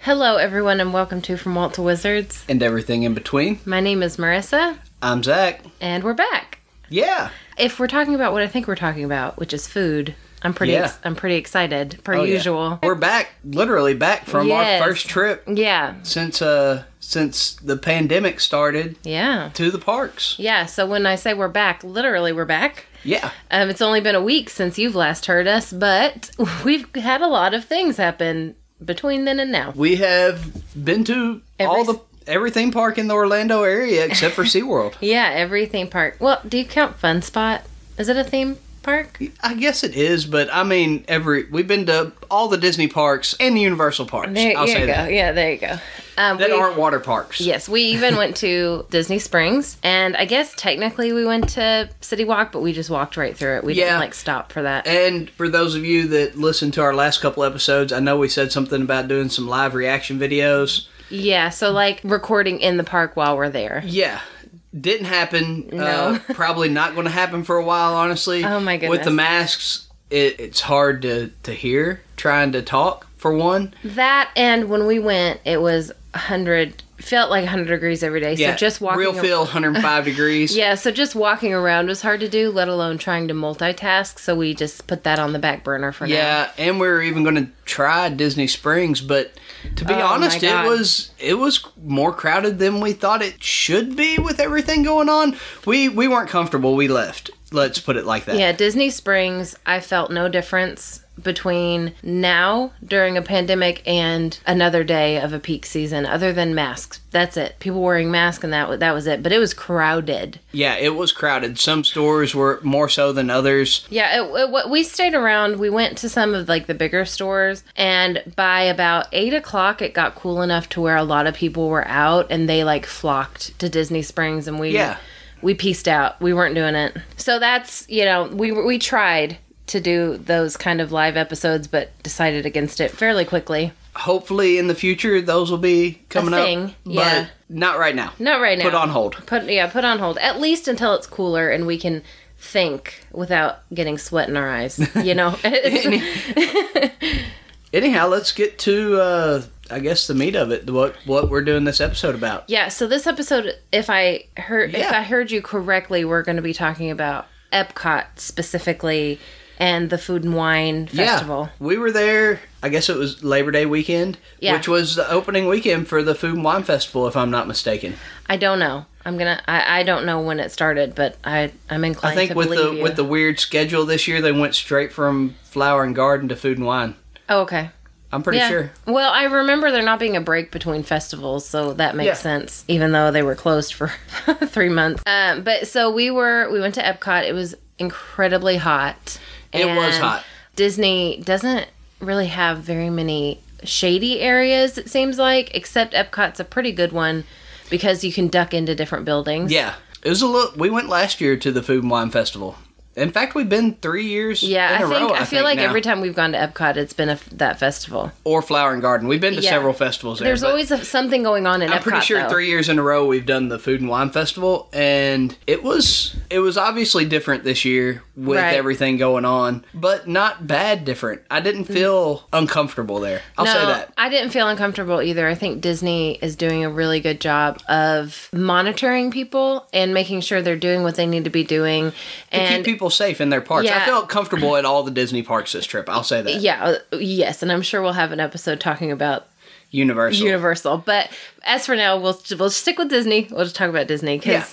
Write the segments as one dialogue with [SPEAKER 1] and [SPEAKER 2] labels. [SPEAKER 1] Hello, everyone, and welcome to From Walt to Wizards.
[SPEAKER 2] and everything in between.
[SPEAKER 1] My name is Marissa,
[SPEAKER 2] I'm Zach.
[SPEAKER 1] and we're back.
[SPEAKER 2] Yeah.
[SPEAKER 1] If we're talking about what I think we're talking about, which is food, I'm pretty,
[SPEAKER 2] Yeah.
[SPEAKER 1] ex- I'm pretty excited per
[SPEAKER 2] Oh, yeah.
[SPEAKER 1] usual.
[SPEAKER 2] We're back, literally back from
[SPEAKER 1] Yes.
[SPEAKER 2] our first trip
[SPEAKER 1] Yeah,
[SPEAKER 2] since uh since the pandemic started
[SPEAKER 1] yeah,
[SPEAKER 2] to the parks.
[SPEAKER 1] yeah. So when I say we're back, literally we're back.
[SPEAKER 2] Yeah.
[SPEAKER 1] Um, it's only been a week since you've last heard us, but we've had a lot of things happen between then and now.
[SPEAKER 2] We have been to
[SPEAKER 1] Every-
[SPEAKER 2] all the every theme park in the Orlando area except for SeaWorld.
[SPEAKER 1] Yeah, every theme park. Well, do you count Fun Spot? Is it a theme park?
[SPEAKER 2] I guess it is, but I mean every we've been to all the Disney parks and the Universal parks.
[SPEAKER 1] There,
[SPEAKER 2] I'll
[SPEAKER 1] there
[SPEAKER 2] say
[SPEAKER 1] you go.
[SPEAKER 2] that.
[SPEAKER 1] Yeah, there you go. Um,
[SPEAKER 2] That
[SPEAKER 1] we-
[SPEAKER 2] aren't water parks.
[SPEAKER 1] Yes, we even went to Disney Springs, and I guess technically we went to City Walk, but we just walked right through it. We didn't
[SPEAKER 2] Yeah.
[SPEAKER 1] like stop for that.
[SPEAKER 2] And for those of you that listened to our last couple episodes, I know we said something about doing some live reaction videos.
[SPEAKER 1] Yeah, so like recording in the park while we're there.
[SPEAKER 2] Yeah. Didn't happen.
[SPEAKER 1] No.
[SPEAKER 2] Uh, probably not going to happen for a while, honestly.
[SPEAKER 1] Oh, my
[SPEAKER 2] With the
[SPEAKER 1] goodness.
[SPEAKER 2] masks, it, it's hard to, to hear trying to talk, for one.
[SPEAKER 1] That and when we went, it was 100 felt like 100 degrees every day.
[SPEAKER 2] Yeah.
[SPEAKER 1] So just walking
[SPEAKER 2] Real
[SPEAKER 1] ar-
[SPEAKER 2] feel, 105 degrees.
[SPEAKER 1] Yeah, so just walking around was hard to do, let alone trying to multitask, so we just put that on the back burner for now.
[SPEAKER 2] Yeah, and we were even going to try Disney Springs, but to be
[SPEAKER 1] Oh, my
[SPEAKER 2] honest, it
[SPEAKER 1] God.
[SPEAKER 2] was it was more crowded than we thought it should be with everything going on. We we weren't comfortable. We left. Let's put it like that.
[SPEAKER 1] Yeah, Disney Springs, I felt no difference between now during a pandemic and another day of a peak season other than masks. That's it. People wearing masks and that wa- that was it, but it was crowded.
[SPEAKER 2] Yeah, it was crowded. Some stores were more so than others.
[SPEAKER 1] Yeah, it, it, what- we stayed around. We went to some of like the bigger stores, and by about eight o'clock, it got cool enough to where a lot of people were out and they like flocked to Disney Springs, and we
[SPEAKER 2] Yeah.
[SPEAKER 1] we pieced out. We weren't doing it, so that's you know we we tried to do those kind of live episodes, but decided against it fairly quickly.
[SPEAKER 2] Hopefully, in the future, those will be coming
[SPEAKER 1] thing,
[SPEAKER 2] up.
[SPEAKER 1] yeah.
[SPEAKER 2] But not right now.
[SPEAKER 1] Not right now.
[SPEAKER 2] Put on hold.
[SPEAKER 1] Put yeah, put on hold at least until it's cooler and we can think without getting sweat in our eyes. You know.
[SPEAKER 2] Anyhow, let's get to uh, I guess the meat of it. What what we're doing this episode about?
[SPEAKER 1] Yeah, so this episode, if I heard if
[SPEAKER 2] Yeah.
[SPEAKER 1] I heard you correctly, we're going to be talking about Epcot specifically and the Food and Wine Festival.
[SPEAKER 2] Yeah, we were there. I guess it was Labor Day weekend,
[SPEAKER 1] Yeah.
[SPEAKER 2] which was the opening weekend for the Food and Wine Festival, if I'm not mistaken.
[SPEAKER 1] I don't know. I'm gonna. I, I don't know when it started, but I I'm inclined.
[SPEAKER 2] I think
[SPEAKER 1] to
[SPEAKER 2] with
[SPEAKER 1] believe
[SPEAKER 2] the
[SPEAKER 1] you.
[SPEAKER 2] with the weird schedule this year, they went straight from Flower and Garden to Food and Wine.
[SPEAKER 1] oh okay
[SPEAKER 2] I'm pretty
[SPEAKER 1] yeah.
[SPEAKER 2] sure.
[SPEAKER 1] Well, I remember there not being a break between festivals, so that makes
[SPEAKER 2] Yeah.
[SPEAKER 1] sense. Even though they were closed for three months, um, but so we were we went to Epcot. It was incredibly hot.
[SPEAKER 2] It was
[SPEAKER 1] and
[SPEAKER 2] hot.
[SPEAKER 1] Disney doesn't really have very many shady areas. It seems like, except Epcot's a pretty good one because you can duck into different buildings.
[SPEAKER 2] Yeah, it was a look. We went last year to the Food and Wine Festival. In fact, we've been three years.
[SPEAKER 1] Yeah,
[SPEAKER 2] in
[SPEAKER 1] I
[SPEAKER 2] a
[SPEAKER 1] think
[SPEAKER 2] row,
[SPEAKER 1] I, feel like
[SPEAKER 2] now.
[SPEAKER 1] every time we've gone to Epcot, it's been a f that festival.
[SPEAKER 2] or Flower and Garden. We've been to
[SPEAKER 1] Yeah.
[SPEAKER 2] several festivals there.
[SPEAKER 1] There's
[SPEAKER 2] but
[SPEAKER 1] always a, something going on in Epcot.
[SPEAKER 2] I'm pretty sure
[SPEAKER 1] though.
[SPEAKER 2] three years in a row we've done the Food and Wine Festival, and it was it was obviously different this year with
[SPEAKER 1] Right.
[SPEAKER 2] everything going on, but not bad different. I didn't
[SPEAKER 1] Mm-hmm.
[SPEAKER 2] feel uncomfortable there. I'll say that.
[SPEAKER 1] I didn't feel uncomfortable either. I think Disney is doing a really good job of monitoring people and making sure they're doing what they need to be doing.
[SPEAKER 2] Keep
[SPEAKER 1] And
[SPEAKER 2] people safe in their parks.
[SPEAKER 1] Yeah.
[SPEAKER 2] I felt comfortable at all the Disney parks this trip. I'll say that.
[SPEAKER 1] yeah, uh, yes, and I'm sure we'll have an episode talking about
[SPEAKER 2] Universal.
[SPEAKER 1] Universal. But as for now, we'll we'll stick with Disney. We'll just talk about Disney because
[SPEAKER 2] Yeah.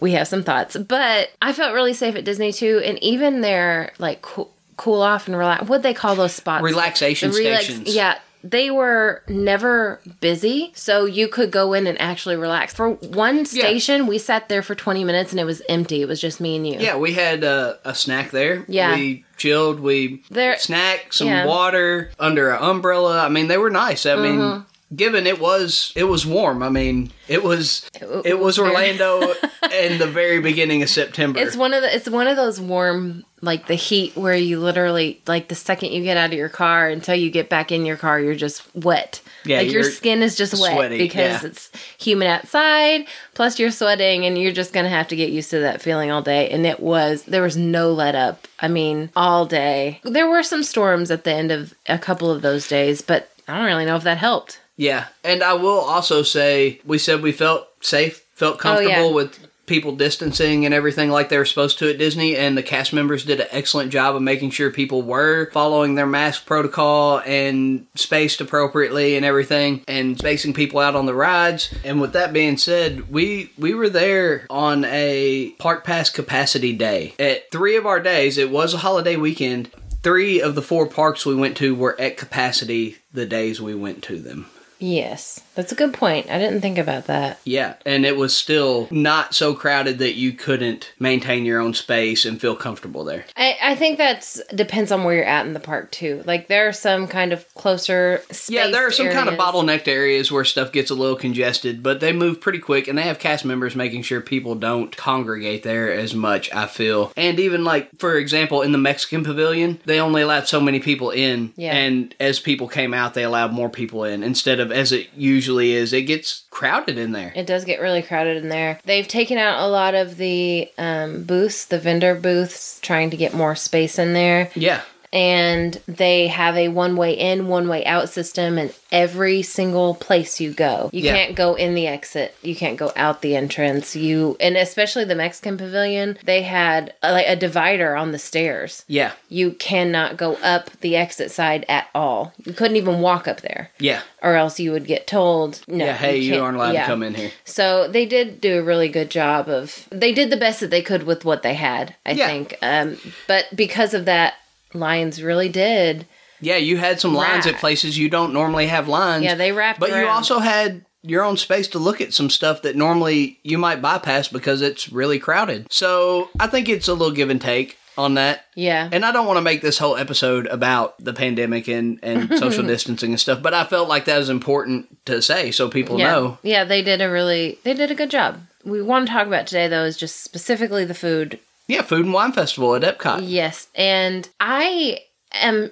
[SPEAKER 1] we have some thoughts. But I felt really safe at Disney too, and even their like cool, cool off and relax. What they call those spots?
[SPEAKER 2] Relaxation
[SPEAKER 1] The relax-
[SPEAKER 2] stations.
[SPEAKER 1] Yeah. They were never busy, so you could go in and actually relax. For one station, we sat there for 20 minutes and it was empty. It was just me and you.
[SPEAKER 2] Yeah, we had uh, a snack there.
[SPEAKER 1] Yeah.
[SPEAKER 2] We chilled, we
[SPEAKER 1] There-
[SPEAKER 2] snack, some
[SPEAKER 1] yeah.
[SPEAKER 2] water under an umbrella. I mean, they were nice. I mean,
[SPEAKER 1] Mm-hmm.
[SPEAKER 2] given it was it was warm. I mean, it was it, was
[SPEAKER 1] very-
[SPEAKER 2] Orlando in the very beginning of September.
[SPEAKER 1] It's one of the it's one of those warm like the heat where you literally like the second you get out of your car until you get back in your car you're just wet.
[SPEAKER 2] Yeah,
[SPEAKER 1] like your
[SPEAKER 2] you're
[SPEAKER 1] skin is just wet
[SPEAKER 2] sweaty,
[SPEAKER 1] because
[SPEAKER 2] yeah.
[SPEAKER 1] it's humid outside. Plus you're sweating and you're just gonna have to get used to that feeling all day. And it was there was no let up. I mean, all day. There were some storms at the end of a couple of those days, but I don't really know if that helped.
[SPEAKER 2] Yeah, and I will also say we said we felt safe, felt comfortable
[SPEAKER 1] yeah.
[SPEAKER 2] with people distancing and everything like they were supposed to at Disney, and the cast members did an excellent job of making sure people were following their mask protocol and spaced appropriately and everything, and spacing people out on the rides. And with that being said, we we were there on a park pass capacity day. At three of our days, it was a holiday weekend. Three of the four parks we went to were at capacity the days we went to them.
[SPEAKER 1] Yes, that's a good point. I didn't think about that.
[SPEAKER 2] Yeah, and it was still not so crowded that you couldn't maintain your own space and feel comfortable there.
[SPEAKER 1] I, I think that's depends on where you're at in the park too. Like there are some kind of closer.
[SPEAKER 2] Yeah, there are
[SPEAKER 1] spaced
[SPEAKER 2] some kind of
[SPEAKER 1] areas.
[SPEAKER 2] bottlenecked areas where stuff gets a little congested, but they move pretty quick and they have cast members making sure people don't congregate there as much, I feel. And even like for example, in the Mexican pavilion, they only allowed so many people in.
[SPEAKER 1] Yeah.
[SPEAKER 2] And as people came out they allowed more people in instead of as it usually is, it gets crowded in there.
[SPEAKER 1] It does get really crowded in there. They've taken out a lot of the um, booths, the vendor booths, trying to get more space in there.
[SPEAKER 2] Yeah.
[SPEAKER 1] And they have a one way in, one way out system in every single place you go. You
[SPEAKER 2] Yeah.
[SPEAKER 1] can't go in the exit. You can't go out the entrance. You and especially the Mexican pavilion, they had uh, like a divider on the stairs.
[SPEAKER 2] Yeah.
[SPEAKER 1] You cannot go up the exit side at all. You couldn't even walk up there.
[SPEAKER 2] Yeah.
[SPEAKER 1] Or else you would get told, no.
[SPEAKER 2] Yeah, hey, you,
[SPEAKER 1] can't-
[SPEAKER 2] aren't allowed
[SPEAKER 1] yeah.
[SPEAKER 2] to come in here.
[SPEAKER 1] So they did do a really good job of they did the best that they could with what they had, I
[SPEAKER 2] Yeah.
[SPEAKER 1] think. Um but because of that Lions really did.
[SPEAKER 2] Yeah, you had some lines
[SPEAKER 1] Right.
[SPEAKER 2] at places you don't normally have lines.
[SPEAKER 1] Yeah, they wrapped
[SPEAKER 2] But you
[SPEAKER 1] around.
[SPEAKER 2] also had your own space to look at some stuff that normally you might bypass because it's really crowded. So I think it's a little give and take on that.
[SPEAKER 1] Yeah.
[SPEAKER 2] And I don't want to make this whole episode about the pandemic and, and social distancing and stuff, but I felt like that was important to say so people
[SPEAKER 1] yeah.
[SPEAKER 2] know.
[SPEAKER 1] Yeah, they did a really they did a good job. We want to talk about today though is just specifically the food
[SPEAKER 2] Yeah, Food and Wine Festival at Epcot.
[SPEAKER 1] Yes, and I am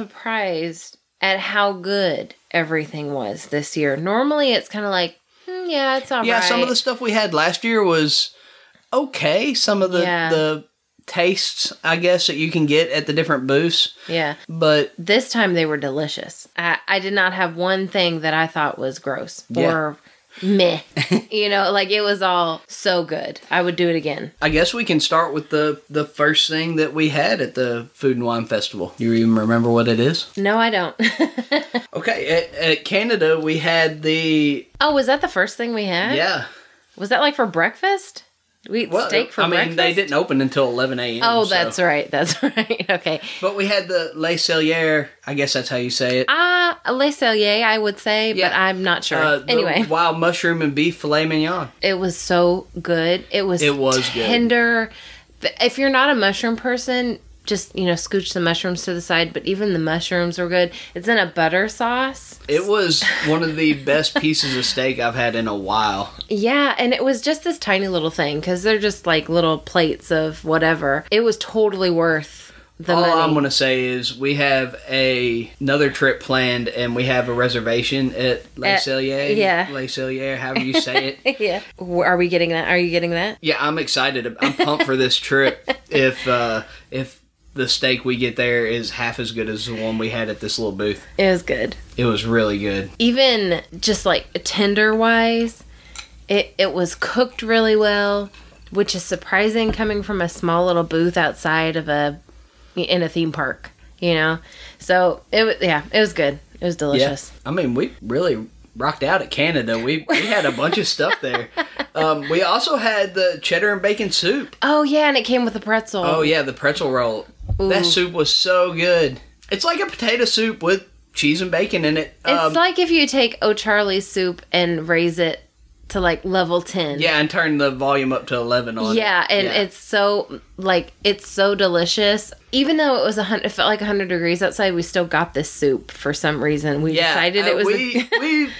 [SPEAKER 1] surprised at how good everything was this year. Normally, it's kind of like, "Hmm, yeah, it's all right.
[SPEAKER 2] Yeah, some of the stuff we had last year was okay. Some of the,
[SPEAKER 1] Yeah.
[SPEAKER 2] the tastes, I guess, that you can get at the different booths.
[SPEAKER 1] yeah.
[SPEAKER 2] But
[SPEAKER 1] This time they were delicious. I, I did not have one thing that I thought was gross
[SPEAKER 2] Yeah.
[SPEAKER 1] or meh. you know, like it was all so good. I would do it again.
[SPEAKER 2] I guess we can start with the the first thing that we had at the Food and Wine Festival. You even remember what it is?
[SPEAKER 1] No, I don't.
[SPEAKER 2] Okay, at, at Canada we had the
[SPEAKER 1] oh, was that the first thing we had?
[SPEAKER 2] yeah.
[SPEAKER 1] Was that like for breakfast? We ate
[SPEAKER 2] Well,
[SPEAKER 1] steak for
[SPEAKER 2] I mean,
[SPEAKER 1] breakfast.
[SPEAKER 2] they didn't open until eleven a.m.
[SPEAKER 1] Oh,
[SPEAKER 2] so-
[SPEAKER 1] that's right. That's right. Okay.
[SPEAKER 2] But we had the Le Cellier. I guess that's how you say it.
[SPEAKER 1] Uh, Le Cellier, I would say,
[SPEAKER 2] Yeah.
[SPEAKER 1] but I'm not sure.
[SPEAKER 2] Uh, the
[SPEAKER 1] anyway,
[SPEAKER 2] wild mushroom and beef filet mignon.
[SPEAKER 1] it was so good. It was
[SPEAKER 2] It was good.
[SPEAKER 1] tender. Th- If you're not a mushroom person, just you know, scooch the mushrooms to the side. But even the mushrooms were good. It's in a butter sauce.
[SPEAKER 2] It was one of the best pieces of steak I've had in a while.
[SPEAKER 1] Yeah, and it was just this tiny little thing because they're just like little plates of whatever. It was totally worth the
[SPEAKER 2] All
[SPEAKER 1] money.
[SPEAKER 2] I'm going to say is we have a another trip planned, and we have a reservation at Le
[SPEAKER 1] At-
[SPEAKER 2] Cellier.
[SPEAKER 1] Uh, yeah.
[SPEAKER 2] Le Cellier, however you say it.
[SPEAKER 1] yeah, W- are we getting that? Are you getting that?
[SPEAKER 2] yeah, I'm excited. I'm pumped for this trip. If uh, if the steak we get there is half as good as the one we had at this little booth,
[SPEAKER 1] It was good.
[SPEAKER 2] it was really good.
[SPEAKER 1] even just like tender wise, it it was cooked really well, which is surprising coming from a small little booth outside of a in a theme park, you know. So it was yeah, it was good. It was delicious.
[SPEAKER 2] I mean, we really rocked out at Canada. We we had a bunch of stuff there. Um, we also had the cheddar and bacon soup.
[SPEAKER 1] Oh yeah, and it came with a pretzel.
[SPEAKER 2] Oh yeah, the pretzel roll.
[SPEAKER 1] Ooh.
[SPEAKER 2] That soup was so good. It's like a potato soup with cheese and bacon in it.
[SPEAKER 1] It's
[SPEAKER 2] Um,
[SPEAKER 1] like if you take O'Charlie's soup and raise it to like level 10.
[SPEAKER 2] yeah, and turn the volume up to eleven on.
[SPEAKER 1] yeah
[SPEAKER 2] it.
[SPEAKER 1] and it's so like it's so delicious even though it was a hundred it felt like 100 degrees outside we still got this soup for some reason we
[SPEAKER 2] Yeah,
[SPEAKER 1] decided
[SPEAKER 2] uh,
[SPEAKER 1] it was
[SPEAKER 2] we we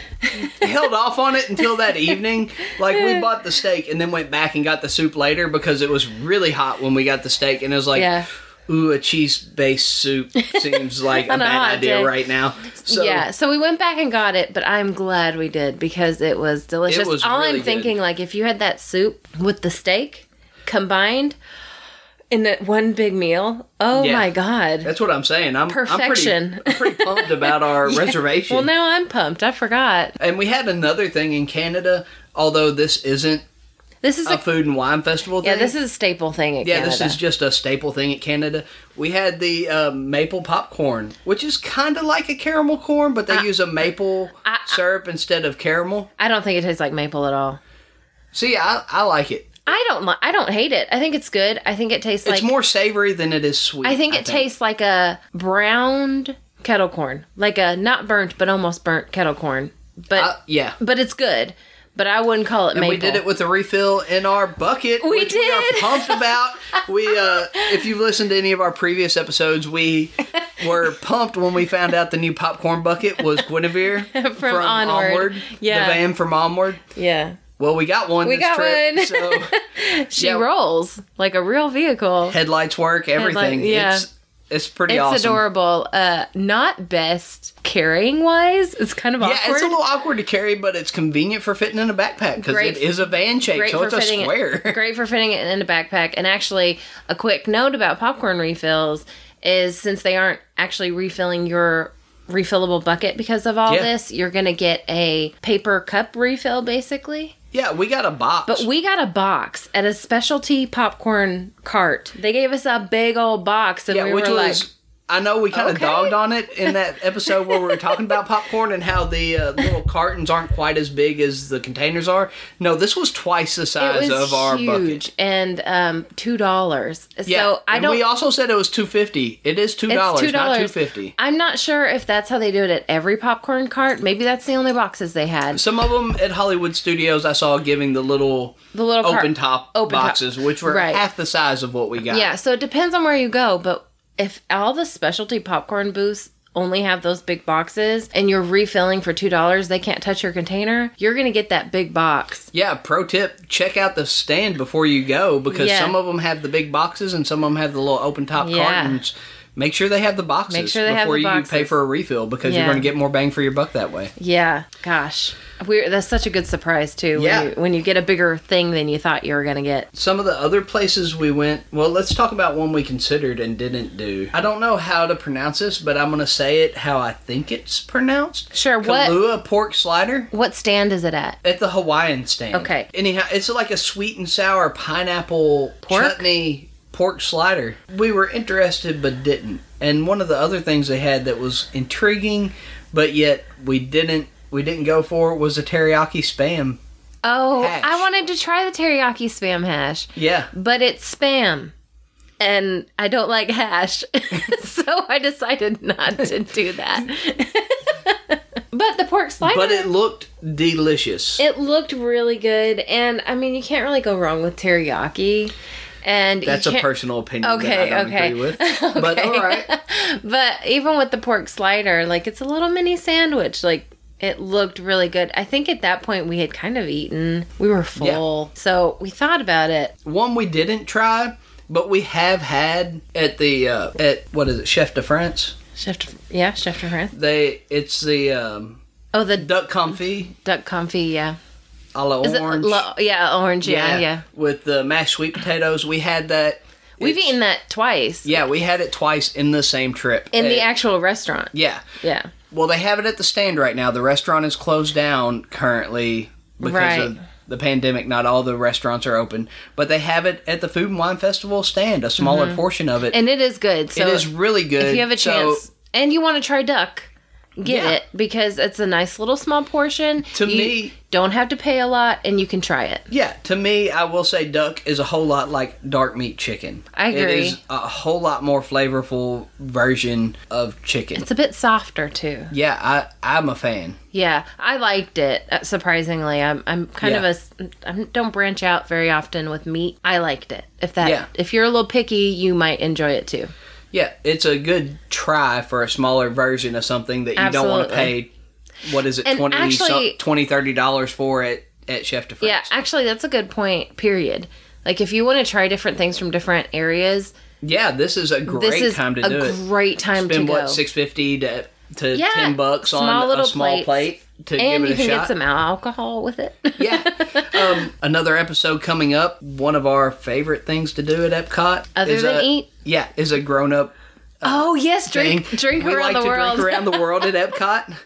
[SPEAKER 2] held off on it until that evening. Like we bought the steak and then went back and got the soup later because it was really hot when we got the steak and it was like,
[SPEAKER 1] Yeah.
[SPEAKER 2] ooh, a cheese based soup seems like a
[SPEAKER 1] On a hot
[SPEAKER 2] bad idea
[SPEAKER 1] day.
[SPEAKER 2] right now. So
[SPEAKER 1] yeah so we went back and got it but i'm glad we did because it was delicious
[SPEAKER 2] It was
[SPEAKER 1] all
[SPEAKER 2] really
[SPEAKER 1] i'm thinking
[SPEAKER 2] good.
[SPEAKER 1] like if you had that soup with the steak combined in that one big meal. Oh
[SPEAKER 2] Yeah.
[SPEAKER 1] my god.
[SPEAKER 2] That's what I'm saying. I'm
[SPEAKER 1] Perfection.
[SPEAKER 2] I'm pretty, I'm pretty pumped about our reservation.
[SPEAKER 1] Well, now I'm pumped. I forgot.
[SPEAKER 2] and we had another thing in Canada, although this isn't
[SPEAKER 1] This is
[SPEAKER 2] a
[SPEAKER 1] a
[SPEAKER 2] food and wine festival.
[SPEAKER 1] yeah.
[SPEAKER 2] thing.
[SPEAKER 1] This is a staple thing at
[SPEAKER 2] Yeah,
[SPEAKER 1] Canada.
[SPEAKER 2] this is just a staple thing at Canada. We had the uh, maple popcorn, which is kind of like a caramel corn, but they use a maple syrup instead of caramel.
[SPEAKER 1] I don't think it tastes like maple at all.
[SPEAKER 2] See, I, I like it.
[SPEAKER 1] I don't. li- I don't hate it. I think it's good. I think it tastes
[SPEAKER 2] It's
[SPEAKER 1] like.
[SPEAKER 2] more savory than it is sweet.
[SPEAKER 1] I think it tastes like a browned kettle corn, like a not burnt but almost burnt kettle corn. But
[SPEAKER 2] Uh, yeah.
[SPEAKER 1] but it's good. But I wouldn't call it maple.
[SPEAKER 2] We did it with a refill in our bucket,
[SPEAKER 1] We
[SPEAKER 2] which we are
[SPEAKER 1] did.
[SPEAKER 2] pumped about. We, uh, if you've listened to any of our previous episodes, we were pumped when we found out the new popcorn bucket was Guinevere from,
[SPEAKER 1] Onward. Yeah.
[SPEAKER 2] the van from Onward.
[SPEAKER 1] yeah.
[SPEAKER 2] Well, we got one.
[SPEAKER 1] We
[SPEAKER 2] this
[SPEAKER 1] got
[SPEAKER 2] trip,
[SPEAKER 1] one.
[SPEAKER 2] So
[SPEAKER 1] She
[SPEAKER 2] Yeah.
[SPEAKER 1] rolls like a real vehicle.
[SPEAKER 2] headlights work, everything.
[SPEAKER 1] yeah.
[SPEAKER 2] It's it's pretty
[SPEAKER 1] It's
[SPEAKER 2] awesome.
[SPEAKER 1] adorable. Uh, not best carrying wise. It's kind of awkward.
[SPEAKER 2] Yeah, it's a little awkward to carry, but it's convenient for fitting in a backpack because
[SPEAKER 1] Great
[SPEAKER 2] it is a van shape,
[SPEAKER 1] great
[SPEAKER 2] so
[SPEAKER 1] for
[SPEAKER 2] it's a
[SPEAKER 1] fitting it-
[SPEAKER 2] square.
[SPEAKER 1] great for fitting it in a backpack. And actually, a quick note about popcorn refills is since they aren't actually refilling your refillable bucket because of all
[SPEAKER 2] Yeah.
[SPEAKER 1] this, you're gonna get a paper cup refill basically.
[SPEAKER 2] yeah, we got a box.
[SPEAKER 1] But we got a box at a specialty popcorn cart. They gave us a big old box, and
[SPEAKER 2] yeah,
[SPEAKER 1] we
[SPEAKER 2] which
[SPEAKER 1] were
[SPEAKER 2] was.
[SPEAKER 1] like.
[SPEAKER 2] I know we kind of
[SPEAKER 1] Okay.
[SPEAKER 2] dogged on it in that episode where we were talking about popcorn and how the uh, little cartons aren't quite as big as the containers are. No, this was twice the
[SPEAKER 1] It
[SPEAKER 2] size
[SPEAKER 1] was
[SPEAKER 2] of our
[SPEAKER 1] huge
[SPEAKER 2] bucket.
[SPEAKER 1] and um, two dollars.
[SPEAKER 2] Yeah,
[SPEAKER 1] so I
[SPEAKER 2] and
[SPEAKER 1] don't.
[SPEAKER 2] we also said it was two fifty. It is two
[SPEAKER 1] It's
[SPEAKER 2] dollars, not
[SPEAKER 1] $2.
[SPEAKER 2] two fifty.
[SPEAKER 1] I'm not sure if that's how they do it at every popcorn cart. Maybe that's the only boxes they had.
[SPEAKER 2] Some of them at Hollywood Studios, I saw giving the little
[SPEAKER 1] The little cart-
[SPEAKER 2] open top
[SPEAKER 1] open top.
[SPEAKER 2] boxes, which were
[SPEAKER 1] Right.
[SPEAKER 2] half the size of what we got.
[SPEAKER 1] Yeah, so it depends on where you go, but if all the specialty popcorn booths only have those big boxes and you're refilling for $2, they can't touch your container, you're going to get that big box.
[SPEAKER 2] Yeah, pro tip, check out the stand before you go because
[SPEAKER 1] Yeah.
[SPEAKER 2] some of them have the big boxes and some of them have the little open top
[SPEAKER 1] Yeah.
[SPEAKER 2] cartons. Make sure they have the boxes
[SPEAKER 1] Make sure they have
[SPEAKER 2] before
[SPEAKER 1] the
[SPEAKER 2] you pay
[SPEAKER 1] boxes.
[SPEAKER 2] for a refill because
[SPEAKER 1] Yeah.
[SPEAKER 2] you're going to get more bang for your buck that way.
[SPEAKER 1] Yeah, gosh. We're, that's such a good surprise, too,
[SPEAKER 2] Yeah.
[SPEAKER 1] when, you, when you get a bigger thing than you thought you were going to get.
[SPEAKER 2] Some of the other places we went, well, let's talk about one we considered and didn't do. I don't know how to pronounce this, but I'm going to say it how I think it's pronounced.
[SPEAKER 1] Sure, what-
[SPEAKER 2] Kahlua pork slider.
[SPEAKER 1] What stand is it at?
[SPEAKER 2] At the Hawaiian stand.
[SPEAKER 1] Okay.
[SPEAKER 2] Anyhow, it's like a sweet and sour pineapple
[SPEAKER 1] Pork?
[SPEAKER 2] chutney pork slider. We were interested but didn't. And one of the other things they had that was intriguing, but yet we didn't we didn't go for it was a teriyaki spam.
[SPEAKER 1] Oh,
[SPEAKER 2] Hash.
[SPEAKER 1] I wanted to try the teriyaki spam hash.
[SPEAKER 2] Yeah.
[SPEAKER 1] but it's spam and I don't like hash. so I decided not to do that. but the pork slider
[SPEAKER 2] But it
[SPEAKER 1] it,
[SPEAKER 2] looked delicious.
[SPEAKER 1] looked really good and I mean you can't really go wrong with teriyaki and you
[SPEAKER 2] That's a
[SPEAKER 1] can't-
[SPEAKER 2] personal opinion
[SPEAKER 1] Okay,
[SPEAKER 2] that I don't
[SPEAKER 1] okay.
[SPEAKER 2] agree with. But
[SPEAKER 1] Okay.
[SPEAKER 2] all right.
[SPEAKER 1] But even with the pork slider, like it's a little mini sandwich. Like it looked really good. I think at that point we had kind of eaten. We were full. So we thought about it.
[SPEAKER 2] One we didn't try, but we have had at the uh, at what is it, Chef de France?
[SPEAKER 1] Chef yeah, Chef de France.
[SPEAKER 2] They it's the um,
[SPEAKER 1] Oh the
[SPEAKER 2] duck confit
[SPEAKER 1] duck confit, yeah.
[SPEAKER 2] a la
[SPEAKER 1] Is it
[SPEAKER 2] orange.
[SPEAKER 1] lo- yeah, orange. Yeah, yeah.
[SPEAKER 2] With the mashed sweet potatoes, we had that.
[SPEAKER 1] We've
[SPEAKER 2] It's-
[SPEAKER 1] eaten that twice
[SPEAKER 2] Yeah, we had it twice in the same trip.
[SPEAKER 1] in the
[SPEAKER 2] Uh,
[SPEAKER 1] actual restaurant.
[SPEAKER 2] yeah.
[SPEAKER 1] Yeah.
[SPEAKER 2] Well, they have it at the stand right now. The restaurant is closed down currently because
[SPEAKER 1] Right.
[SPEAKER 2] of the pandemic. Not all the restaurants are open, but they have it at the Food and Wine Festival stand. A smaller portion of it.
[SPEAKER 1] Mm-hmm. And it is good. So
[SPEAKER 2] it is really good.
[SPEAKER 1] if you have a
[SPEAKER 2] So,
[SPEAKER 1] chance and you want to try duck, get
[SPEAKER 2] Yeah.
[SPEAKER 1] it because it's a nice little small portion.
[SPEAKER 2] To
[SPEAKER 1] You
[SPEAKER 2] me-
[SPEAKER 1] don't have to pay a lot and you can try it.
[SPEAKER 2] Yeah, to me, I will say duck is a whole lot like dark meat chicken.
[SPEAKER 1] I
[SPEAKER 2] It
[SPEAKER 1] agree.
[SPEAKER 2] is a whole lot more flavorful version of chicken.
[SPEAKER 1] It's a bit softer too.
[SPEAKER 2] Yeah, I I'm a fan.
[SPEAKER 1] Yeah, I liked it uh, surprisingly. I'm I'm kind
[SPEAKER 2] Yeah.
[SPEAKER 1] of a I don't branch out very often with meat. I liked it. If that
[SPEAKER 2] Yeah.
[SPEAKER 1] if you're a little picky, you might enjoy it too.
[SPEAKER 2] Yeah, it's a good try for a smaller version of something that you don't want to
[SPEAKER 1] Absolutely.
[SPEAKER 2] pay. What is it,
[SPEAKER 1] And
[SPEAKER 2] 20,
[SPEAKER 1] actually-
[SPEAKER 2] some, 20 30 dollars for it at Chef de
[SPEAKER 1] Yeah,
[SPEAKER 2] France?
[SPEAKER 1] actually, that's a good point. Period. Like, if you want to try different things from different areas,
[SPEAKER 2] Yeah, this is a great
[SPEAKER 1] this is
[SPEAKER 2] time to
[SPEAKER 1] a
[SPEAKER 2] do it.
[SPEAKER 1] great time
[SPEAKER 2] Spend
[SPEAKER 1] to
[SPEAKER 2] what
[SPEAKER 1] go.
[SPEAKER 2] six fifty to to
[SPEAKER 1] Yeah,
[SPEAKER 2] ten bucks
[SPEAKER 1] small
[SPEAKER 2] on
[SPEAKER 1] little
[SPEAKER 2] a small
[SPEAKER 1] plates.
[SPEAKER 2] plate. to
[SPEAKER 1] and
[SPEAKER 2] give
[SPEAKER 1] you
[SPEAKER 2] it a
[SPEAKER 1] can
[SPEAKER 2] shot.
[SPEAKER 1] get some alcohol with it.
[SPEAKER 2] yeah. Um, another episode coming up. One of our favorite things to do at Epcot.
[SPEAKER 1] Other
[SPEAKER 2] is
[SPEAKER 1] than
[SPEAKER 2] a-
[SPEAKER 1] eat?
[SPEAKER 2] Yeah, is a grown up
[SPEAKER 1] oh yes, drink
[SPEAKER 2] thing.
[SPEAKER 1] drink
[SPEAKER 2] we
[SPEAKER 1] around
[SPEAKER 2] like
[SPEAKER 1] the
[SPEAKER 2] to
[SPEAKER 1] world.
[SPEAKER 2] drink around the world at Epcot. Um,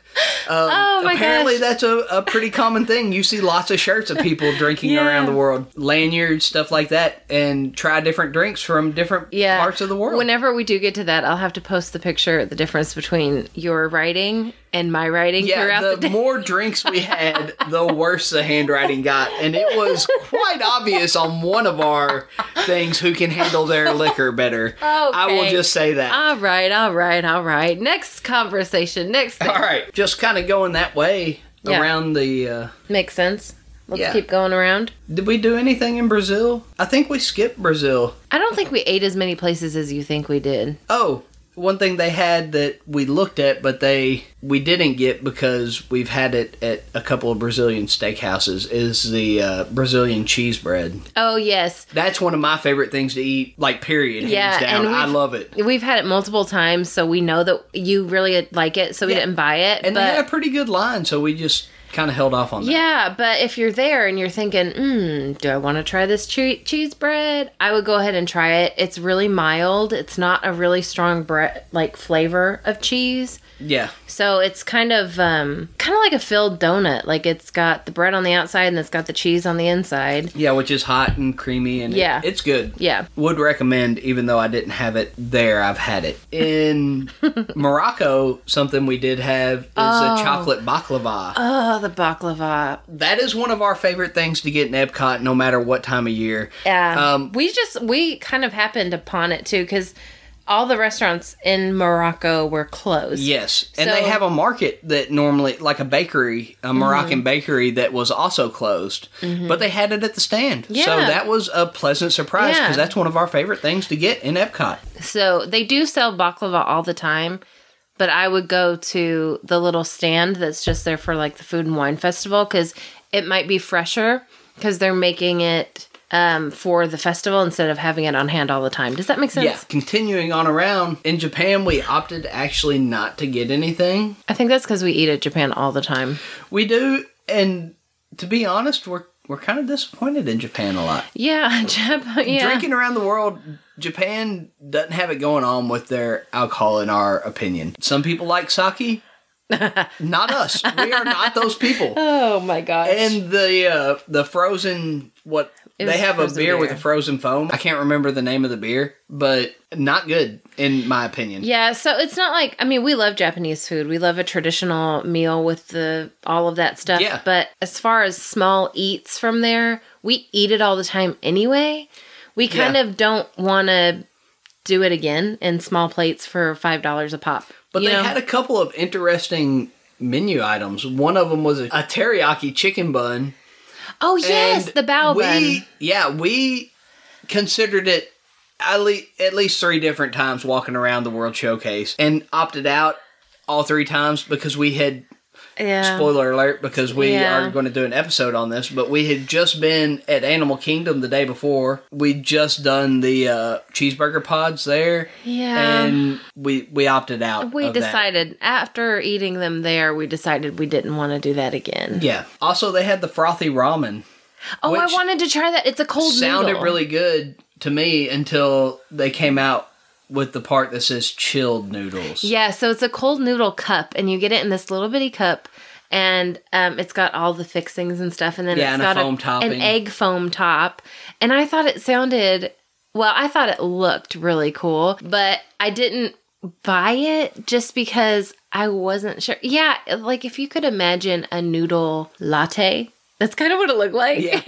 [SPEAKER 2] oh
[SPEAKER 1] my
[SPEAKER 2] apparently
[SPEAKER 1] gosh.
[SPEAKER 2] that's a, a pretty common thing. You see lots of shirts of people drinking
[SPEAKER 1] Yeah.
[SPEAKER 2] around the world, lanyards, stuff like that, and try different drinks from different
[SPEAKER 1] yeah.
[SPEAKER 2] parts of the world.
[SPEAKER 1] Whenever we do get to that, I'll have to post the picture, the difference between your writing and my writing
[SPEAKER 2] yeah,
[SPEAKER 1] throughout
[SPEAKER 2] the,
[SPEAKER 1] the, day.
[SPEAKER 2] more drinks we had, the worse the handwriting got, and it was quite obvious on one of our things who can handle their liquor better. I will
[SPEAKER 1] Okay.
[SPEAKER 2] just say that.
[SPEAKER 1] all right, all right, all right. Next conversation, next thing.
[SPEAKER 2] All right, just kind of going that way
[SPEAKER 1] Uh, Yeah.
[SPEAKER 2] around the. Uh,
[SPEAKER 1] Makes sense. Let's
[SPEAKER 2] Yeah.
[SPEAKER 1] keep going around.
[SPEAKER 2] Did we do anything in Brazil? I think we skipped Brazil.
[SPEAKER 1] I don't think we ate as many places as you think we did.
[SPEAKER 2] Oh, one thing they had that we looked at, but they we didn't get because we've had it at a couple of Brazilian steakhouses is the uh, Brazilian cheese bread.
[SPEAKER 1] Oh yes,
[SPEAKER 2] That's one of my favorite things to eat. Like period, hands
[SPEAKER 1] Yeah,
[SPEAKER 2] down.
[SPEAKER 1] and
[SPEAKER 2] I
[SPEAKER 1] we've-
[SPEAKER 2] love it.
[SPEAKER 1] we've had it multiple times, so we know that you really like it. So we
[SPEAKER 2] Yeah.
[SPEAKER 1] didn't buy it,
[SPEAKER 2] And
[SPEAKER 1] but
[SPEAKER 2] they had a pretty good line, so we just kind of held off on that.
[SPEAKER 1] Yeah, but if you're there and you're thinking, mm, do I want to try this che- cheese bread? I would go ahead and try it. It's really mild. It's not a really strong bread like flavor of cheese.
[SPEAKER 2] Yeah.
[SPEAKER 1] So it's kind of um, kind of like a filled donut. Like it's got the bread on the outside and it's got the cheese on the inside.
[SPEAKER 2] Yeah, which is hot and creamy and it-
[SPEAKER 1] Yeah.
[SPEAKER 2] it's good.
[SPEAKER 1] Yeah.
[SPEAKER 2] would recommend even though i didn't have it there i've had it in morocco something we did have is a chocolate baklava
[SPEAKER 1] Oh, the baklava.
[SPEAKER 2] that is one of our favorite things to get in epcot no matter what time of year
[SPEAKER 1] Yeah.
[SPEAKER 2] Um,
[SPEAKER 1] we just we kind of happened upon it too cuz all the restaurants in Morocco were closed.
[SPEAKER 2] yes and
[SPEAKER 1] So- Mm-hmm.
[SPEAKER 2] they have a market that normally like a bakery a moroccan bakery that was also closed but they had it at the stand so
[SPEAKER 1] Yeah.
[SPEAKER 2] that was a pleasant surprise because
[SPEAKER 1] Yeah.
[SPEAKER 2] that's one of our favorite things to get in epcot
[SPEAKER 1] So they do sell baklava all the time, but I would go to the little stand that's just there for like the food and wine festival because it might be fresher because they're making it um, for the festival instead of having it on hand all the time. Does that make sense?
[SPEAKER 2] yeah continuing on around in japan we opted actually not to get anything
[SPEAKER 1] I think that's because we eat at Japan all the time.
[SPEAKER 2] We do, and to be honest, we're we're kind of disappointed in Japan a lot.
[SPEAKER 1] Yeah, Japan. Yeah.
[SPEAKER 2] Drinking around the world, Japan doesn't have it going on with their alcohol, in our opinion. Some people like sake, not us. We are not those people.
[SPEAKER 1] Oh my gosh.
[SPEAKER 2] And the uh, the frozen what
[SPEAKER 1] It
[SPEAKER 2] they
[SPEAKER 1] was
[SPEAKER 2] have a beer,
[SPEAKER 1] frozen
[SPEAKER 2] with a
[SPEAKER 1] beer.
[SPEAKER 2] frozen foam. I can't remember the name of the beer, but not good in my opinion.
[SPEAKER 1] Yeah, so it's not like I mean we love Japanese food. We love a traditional meal with the all of that stuff.
[SPEAKER 2] Yeah.
[SPEAKER 1] But as far as small eats from there, we eat it all the time anyway. We kind
[SPEAKER 2] Yeah.
[SPEAKER 1] of don't want to do it again in small plates for five dollars a pop.
[SPEAKER 2] But
[SPEAKER 1] you
[SPEAKER 2] they
[SPEAKER 1] know?
[SPEAKER 2] had a couple of interesting menu items. One of them was a, a teriyaki chicken bun.
[SPEAKER 1] oh yes,
[SPEAKER 2] And
[SPEAKER 1] the bao
[SPEAKER 2] we,
[SPEAKER 1] bun.
[SPEAKER 2] Yeah, we considered it at least, at least three different times walking around the World Showcase and opted out all three times because we had,
[SPEAKER 1] Yeah,
[SPEAKER 2] spoiler alert, because we
[SPEAKER 1] Yeah.
[SPEAKER 2] are going to do an episode on this, but we had just been at Animal Kingdom the day before. We'd just done the uh, cheeseburger pods there.
[SPEAKER 1] Yeah.
[SPEAKER 2] And we, we opted out.
[SPEAKER 1] we
[SPEAKER 2] of that.
[SPEAKER 1] decided after eating them there, we decided we didn't want to do that again.
[SPEAKER 2] Yeah. Also, they had the frothy ramen.
[SPEAKER 1] oh, I
[SPEAKER 2] which
[SPEAKER 1] wanted to try that. It's a cold
[SPEAKER 2] sounded
[SPEAKER 1] noodle.
[SPEAKER 2] really good to me until they came out with the part that says chilled noodles.
[SPEAKER 1] Yeah, so it's a cold noodle cup, and you get it in this little bitty cup, and um, it's got all the fixings and stuff, and then
[SPEAKER 2] Yeah,
[SPEAKER 1] it's
[SPEAKER 2] and a
[SPEAKER 1] got
[SPEAKER 2] foam topping.
[SPEAKER 1] an egg foam top. And I thought it sounded well, I thought it looked really cool, but I didn't buy it just because I wasn't sure. Yeah, like if you could imagine a noodle latte, that's kind of what it looked like.
[SPEAKER 2] Yeah.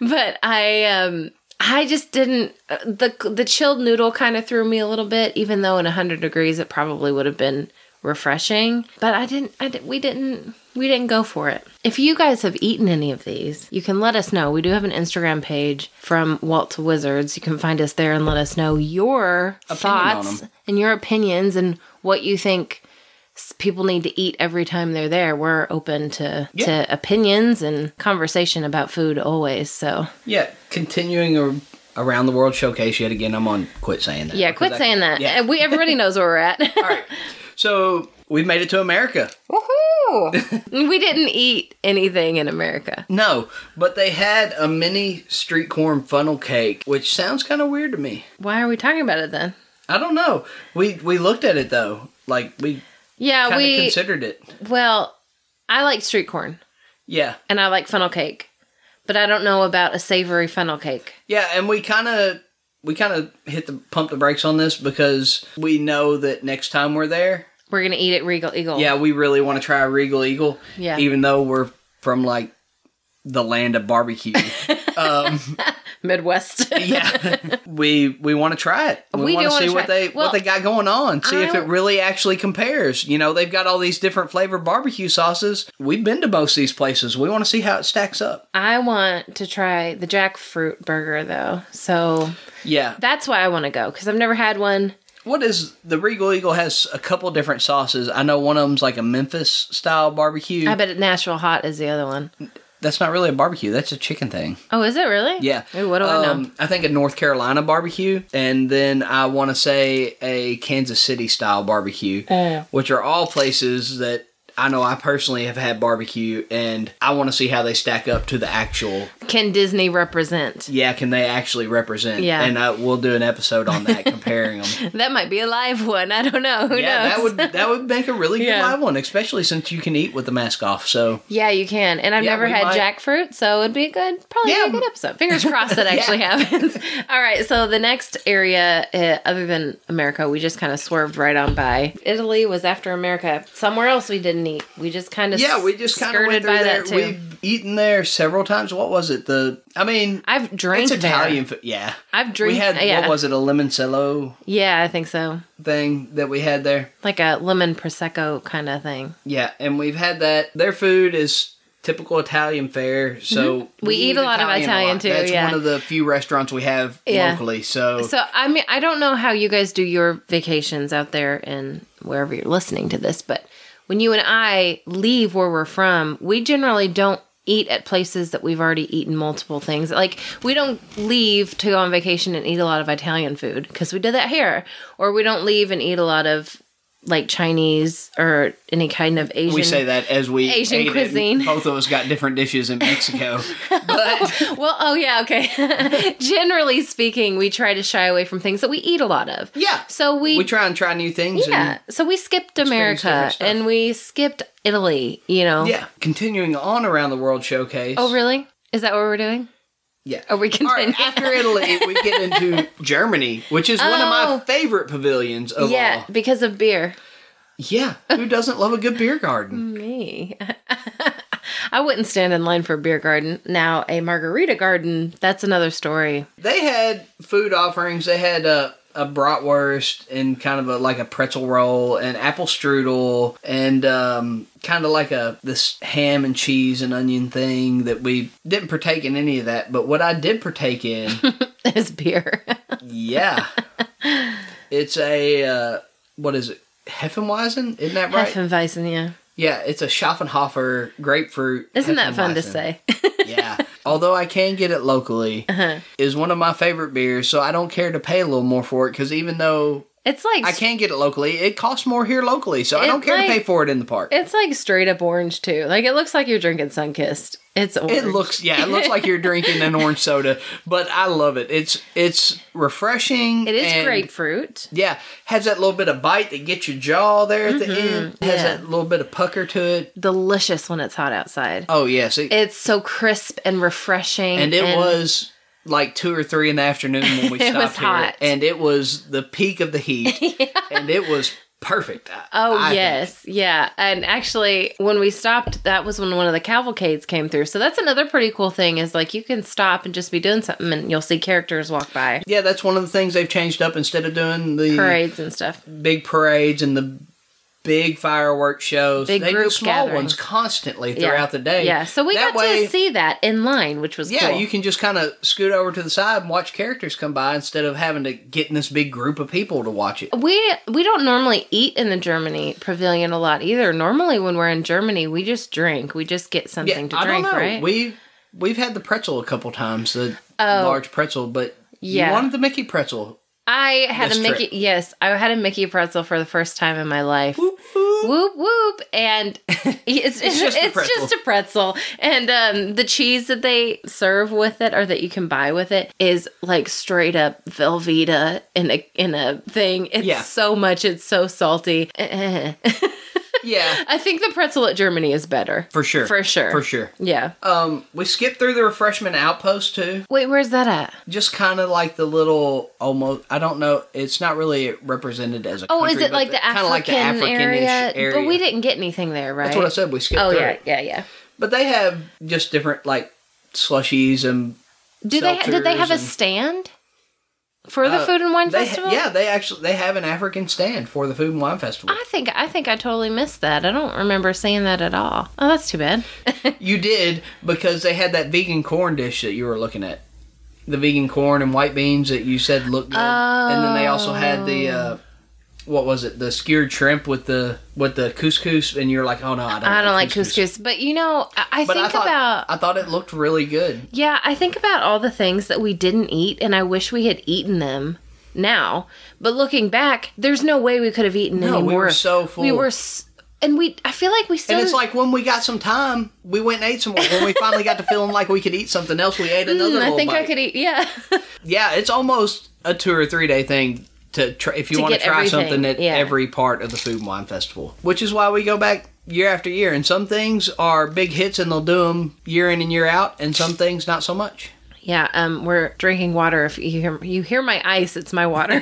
[SPEAKER 1] but I um I just didn't uh, the the chilled noodle kind of threw me a little bit even though in 100 degrees it probably would have been refreshing but I didn't I di- we didn't we didn't go for it. If you guys have eaten any of these, you can let us know. We do have an Instagram page from Walt to Wizards. You can find us there and let us know your
[SPEAKER 2] on
[SPEAKER 1] thoughts and your opinions and what you think s- people need to eat every time they're there. We're open to
[SPEAKER 2] Yeah.
[SPEAKER 1] to opinions and conversation about food always. So
[SPEAKER 2] Yeah. Continuing ar- around the world showcase yet again. I'm on quit saying that.
[SPEAKER 1] yeah,
[SPEAKER 2] because
[SPEAKER 1] quit
[SPEAKER 2] I-
[SPEAKER 1] saying that.
[SPEAKER 2] Yeah.
[SPEAKER 1] And We everybody knows where we're at.
[SPEAKER 2] All right. So we made it to America.
[SPEAKER 1] No, we didn't eat anything in America.
[SPEAKER 2] No, but they had a mini street corn funnel cake, which sounds kind of weird to me.
[SPEAKER 1] Why are we talking about it then?
[SPEAKER 2] I don't know. We we looked at it though, like we
[SPEAKER 1] Yeah,
[SPEAKER 2] kind of
[SPEAKER 1] Uh, we
[SPEAKER 2] considered it.
[SPEAKER 1] well, I like street corn
[SPEAKER 2] Yeah,
[SPEAKER 1] and I like funnel cake, but I don't know about a savory funnel cake.
[SPEAKER 2] yeah, and we kind of we kind of hit the pump the brakes on this because we know that next time we're there,
[SPEAKER 1] We're gonna eat at Regal Eagle.
[SPEAKER 2] yeah, we really want to try a Regal Eagle.
[SPEAKER 1] Yeah.
[SPEAKER 2] even though we're from like the land of barbecue. um,
[SPEAKER 1] Midwest.
[SPEAKER 2] yeah, we we want to try it. We,
[SPEAKER 1] We do
[SPEAKER 2] want to
[SPEAKER 1] wanna
[SPEAKER 2] see
[SPEAKER 1] try
[SPEAKER 2] what
[SPEAKER 1] it.
[SPEAKER 2] they
[SPEAKER 1] Well,
[SPEAKER 2] what they got going on. See if
[SPEAKER 1] I-
[SPEAKER 2] it really actually compares. You know, they've got all these different flavored barbecue sauces. We've been to most of these places. We want to see how it stacks up.
[SPEAKER 1] I want to try the jackfruit burger though, so
[SPEAKER 2] Yeah.
[SPEAKER 1] that's why I want to go because I've never had one.
[SPEAKER 2] What is the Regal Eagle has a couple different sauces. I know one of them's like a Memphis style barbecue.
[SPEAKER 1] I bet Nashville hot is the other one.
[SPEAKER 2] That's not really a barbecue. That's a chicken thing.
[SPEAKER 1] Oh, is it really?
[SPEAKER 2] Yeah. Um,
[SPEAKER 1] Ooh, what do I know?
[SPEAKER 2] I think a North Carolina barbecue, and then I want to say a Kansas City style barbecue,
[SPEAKER 1] Oh.
[SPEAKER 2] which are all places that I know I personally have had barbecue, and I want to see how they stack up to the actual.
[SPEAKER 1] Can Disney represent?
[SPEAKER 2] Yeah, can they actually represent?
[SPEAKER 1] Yeah.
[SPEAKER 2] and uh, we'll do an episode on that comparing them.
[SPEAKER 1] That might be a live one. I don't know. Who knows?
[SPEAKER 2] yeah, that would that would make a really good
[SPEAKER 1] Yeah.
[SPEAKER 2] live one, especially since you can eat with the mask off. So
[SPEAKER 1] Yeah, you can. And I've
[SPEAKER 2] Yeah,
[SPEAKER 1] never
[SPEAKER 2] we
[SPEAKER 1] had
[SPEAKER 2] might-
[SPEAKER 1] jackfruit, so it'd be a good, probably
[SPEAKER 2] Yeah.
[SPEAKER 1] be a good episode. Fingers crossed that actually happens. All right, so the next area, uh, other than America, we just kind of swerved right on by. Italy was after America. Somewhere else we didn't eat. We just kind of
[SPEAKER 2] yeah, we just kind of went through there. We've eaten there several times. What was it? The I mean,
[SPEAKER 1] I've drank
[SPEAKER 2] it's
[SPEAKER 1] there.
[SPEAKER 2] Italian food. Yeah,
[SPEAKER 1] I've drank.
[SPEAKER 2] we had
[SPEAKER 1] yeah.
[SPEAKER 2] what was it a limoncello
[SPEAKER 1] Yeah, I think so.
[SPEAKER 2] thing that we had there
[SPEAKER 1] Like a lemon prosecco kind of thing.
[SPEAKER 2] yeah and we've had that their food is typical italian fare so
[SPEAKER 1] Mm-hmm. We eat a lot of Italian, too,
[SPEAKER 2] that's
[SPEAKER 1] yeah.
[SPEAKER 2] one of the few restaurants we have
[SPEAKER 1] Yeah.
[SPEAKER 2] locally so,
[SPEAKER 1] So I mean, I don't know how you guys do your vacations out there and wherever you're listening to this, but when you and I leave where we're from, we generally don't eat at places that we've already eaten multiple things. Like we don't leave to go on vacation and eat a lot of Italian food because we did that here, or we don't leave and eat a lot of like Chinese or any kind of Asian.
[SPEAKER 2] we say that as we
[SPEAKER 1] Asian
[SPEAKER 2] ate it.
[SPEAKER 1] cuisine.
[SPEAKER 2] both of us got different dishes in mexico but
[SPEAKER 1] Well, oh yeah, okay. generally speaking, we try to shy away from things that we eat a lot of.
[SPEAKER 2] yeah
[SPEAKER 1] So we
[SPEAKER 2] we try and try new things
[SPEAKER 1] Yeah.
[SPEAKER 2] and
[SPEAKER 1] So we skipped America
[SPEAKER 2] different stuff.
[SPEAKER 1] and we skipped Italy, you know?
[SPEAKER 2] yeah continuing on around the world showcase
[SPEAKER 1] Oh, really? Is that what we're doing?
[SPEAKER 2] yeah
[SPEAKER 1] Are we
[SPEAKER 2] All
[SPEAKER 1] continuing?
[SPEAKER 2] right, after Italy, we get into Germany, which is one of my
[SPEAKER 1] Oh.
[SPEAKER 2] favorite pavilions of
[SPEAKER 1] yeah,
[SPEAKER 2] all.
[SPEAKER 1] because of beer.
[SPEAKER 2] Yeah, who doesn't love a good beer garden?
[SPEAKER 1] Mm. Me. I wouldn't stand in line for a beer garden. Now, a margarita garden, that's another story.
[SPEAKER 2] They had food offerings. They had a, a bratwurst and kind of a, like a pretzel roll and apple strudel and um, kind of like a this ham and cheese and onion thing that we didn't partake in any of that. But what I did partake in,
[SPEAKER 1] Is beer.
[SPEAKER 2] yeah, it's a uh, what is it? Heffenweizen, isn't that right?
[SPEAKER 1] Heffenweizen, yeah.
[SPEAKER 2] Yeah, it's a Schaffenhofer grapefruit.
[SPEAKER 1] Isn't that fun to
[SPEAKER 2] Heffenweizen.
[SPEAKER 1] say?
[SPEAKER 2] yeah. Although I can get it locally,
[SPEAKER 1] Uh-huh.
[SPEAKER 2] is one of my favorite beers, so I don't care to pay a little more for it because even though
[SPEAKER 1] It's like
[SPEAKER 2] I can get it locally, it costs more here locally, so I
[SPEAKER 1] It
[SPEAKER 2] don't care
[SPEAKER 1] might-
[SPEAKER 2] to pay for it in the park. It,
[SPEAKER 1] it's like straight up orange too. Like it looks like you're drinking Sunkist. It's orange.
[SPEAKER 2] looks, yeah, it looks like you're drinking an orange soda, but I love it. It's it's refreshing.
[SPEAKER 1] It is
[SPEAKER 2] and-
[SPEAKER 1] grapefruit.
[SPEAKER 2] Yeah, has that little bit of bite that gets your jaw there at the end. Has
[SPEAKER 1] Mm-hmm. yeah.
[SPEAKER 2] that little bit of pucker to it.
[SPEAKER 1] Delicious when it's hot outside.
[SPEAKER 2] Oh yes, it,
[SPEAKER 1] It's so crisp and refreshing.
[SPEAKER 2] and it was like two or three in the afternoon when we
[SPEAKER 1] It
[SPEAKER 2] stopped
[SPEAKER 1] was
[SPEAKER 2] here,
[SPEAKER 1] hot.
[SPEAKER 2] and it was the peak of the heat, and it was perfect. I-
[SPEAKER 1] Oh
[SPEAKER 2] I think.
[SPEAKER 1] yes, yeah. And actually, when we stopped, that was when one of the cavalcades came through. So that's another pretty cool thing is like you can stop and just be doing something, and you'll see characters walk by,
[SPEAKER 2] yeah, that's one of the things they've changed up. Instead of doing the
[SPEAKER 1] parades and stuff.
[SPEAKER 2] big parades and the big fireworks shows,
[SPEAKER 1] Big
[SPEAKER 2] they do
[SPEAKER 1] group
[SPEAKER 2] small
[SPEAKER 1] gatherings.
[SPEAKER 2] ones constantly
[SPEAKER 1] Yeah.
[SPEAKER 2] throughout the day.
[SPEAKER 1] Yeah. So we
[SPEAKER 2] That
[SPEAKER 1] got
[SPEAKER 2] way-
[SPEAKER 1] to see that in line, which was
[SPEAKER 2] Yeah,
[SPEAKER 1] cool.
[SPEAKER 2] you can just kind of scoot over to the side and watch characters come by instead of having to get in this big group of people to watch it.
[SPEAKER 1] we we don't normally eat in the Germany pavilion a lot either. Normally, when we're in Germany, we just drink. We just get
[SPEAKER 2] Yeah,
[SPEAKER 1] something to
[SPEAKER 2] I
[SPEAKER 1] drink,
[SPEAKER 2] don't know.
[SPEAKER 1] right? Oh.
[SPEAKER 2] We we've had the pretzel a couple times, the large pretzel, but
[SPEAKER 1] Yeah.
[SPEAKER 2] you wanted the Mickey pretzel.
[SPEAKER 1] I had
[SPEAKER 2] This
[SPEAKER 1] a
[SPEAKER 2] trip.
[SPEAKER 1] Mickey. Yes, I had a Mickey pretzel for the first time in my life. whoop whoop and it's, it's,
[SPEAKER 2] just
[SPEAKER 1] just,
[SPEAKER 2] a
[SPEAKER 1] it's
[SPEAKER 2] pretzel.
[SPEAKER 1] just a pretzel and um, the cheese that they serve with it or that you can buy with it is like straight up Velveeta in a in a thing it's
[SPEAKER 2] Yeah.
[SPEAKER 1] so much it's so salty Eh, eh.
[SPEAKER 2] Yeah,
[SPEAKER 1] I think the pretzel at Germany is better
[SPEAKER 2] for sure.
[SPEAKER 1] for sure
[SPEAKER 2] For sure.
[SPEAKER 1] yeah
[SPEAKER 2] Um, we skipped through the refreshment outpost too.
[SPEAKER 1] wait where's that at
[SPEAKER 2] Just kind of like the little almost. I don't know. It's not really represented as a.
[SPEAKER 1] oh is
[SPEAKER 2] country,
[SPEAKER 1] it
[SPEAKER 2] but
[SPEAKER 1] like the
[SPEAKER 2] kinda
[SPEAKER 1] African,
[SPEAKER 2] like the African-ish
[SPEAKER 1] area?
[SPEAKER 2] area?
[SPEAKER 1] but we didn't get anything there right
[SPEAKER 2] That's what I said. We skipped
[SPEAKER 1] oh
[SPEAKER 2] through.
[SPEAKER 1] yeah
[SPEAKER 2] it.
[SPEAKER 1] yeah yeah
[SPEAKER 2] But they have just different like slushies and
[SPEAKER 1] do they ha- did they have
[SPEAKER 2] Seltzers
[SPEAKER 1] a
[SPEAKER 2] and-
[SPEAKER 1] stand for the
[SPEAKER 2] Uh,
[SPEAKER 1] food and wine
[SPEAKER 2] they,
[SPEAKER 1] festival
[SPEAKER 2] Yeah, they actually they have an African stand for the food and wine festival.
[SPEAKER 1] I think I think I totally missed that. I don't remember seeing that at all. Oh, that's too bad.
[SPEAKER 2] You did because they had that vegan corn dish that you were looking at. The vegan corn and white beans that you said looked good. And then they also had the uh what was it? The skewered shrimp with the with the couscous and you're like, "Oh no, I don't,
[SPEAKER 1] I don't like couscous, but you know, I, I
[SPEAKER 2] But
[SPEAKER 1] think
[SPEAKER 2] I thought
[SPEAKER 1] about
[SPEAKER 2] I thought it looked really good.
[SPEAKER 1] yeah, I think about all the things that we didn't eat, and I wish we had eaten them now. But looking back, there's no way we could have eaten
[SPEAKER 2] No,
[SPEAKER 1] any
[SPEAKER 2] we
[SPEAKER 1] more.
[SPEAKER 2] were so full.
[SPEAKER 1] We were, s- and we. I feel like we still.
[SPEAKER 2] And it's like when we got some time, we went and ate some more. When we finally got to feeling like we could eat something else, we ate another.
[SPEAKER 1] Mm, I
[SPEAKER 2] little
[SPEAKER 1] think I
[SPEAKER 2] bite.
[SPEAKER 1] could eat. Yeah.
[SPEAKER 2] Yeah, it's almost a two or three day thing to try, if you
[SPEAKER 1] To
[SPEAKER 2] want to
[SPEAKER 1] get
[SPEAKER 2] try
[SPEAKER 1] everything,
[SPEAKER 2] something at
[SPEAKER 1] yeah.
[SPEAKER 2] every part of the food and wine festival, which is why we go back year after year. And some things are big hits and they'll do them year in and year out, and some things not so much.
[SPEAKER 1] Yeah, um, we're drinking water. If you hear you hear my ice, it's my water.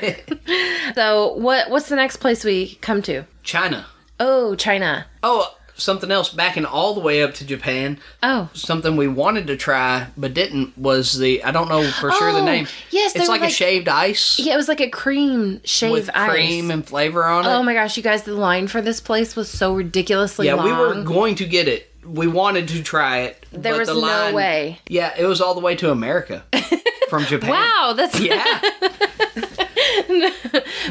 [SPEAKER 1] so what what's the next place we come to?
[SPEAKER 2] China.
[SPEAKER 1] Oh, China.
[SPEAKER 2] Oh, something else backing all the way up to Japan.
[SPEAKER 1] Oh,
[SPEAKER 2] Something we wanted to try but didn't was the I don't know for sure the
[SPEAKER 1] Oh,
[SPEAKER 2] name.
[SPEAKER 1] yes, they
[SPEAKER 2] it's
[SPEAKER 1] were
[SPEAKER 2] like,
[SPEAKER 1] like-
[SPEAKER 2] a shaved ice
[SPEAKER 1] yeah, it was like a cream shave
[SPEAKER 2] with
[SPEAKER 1] ice.
[SPEAKER 2] cream and flavor on it.
[SPEAKER 1] oh my gosh, you guys, the line for this place was so ridiculously
[SPEAKER 2] Yeah,
[SPEAKER 1] long.
[SPEAKER 2] we were going to get it. We wanted to try it.
[SPEAKER 1] There
[SPEAKER 2] but
[SPEAKER 1] was
[SPEAKER 2] the
[SPEAKER 1] no
[SPEAKER 2] line-
[SPEAKER 1] way.
[SPEAKER 2] Yeah, it was all the way to America from Japan.
[SPEAKER 1] Wow, that's
[SPEAKER 2] Yeah. but,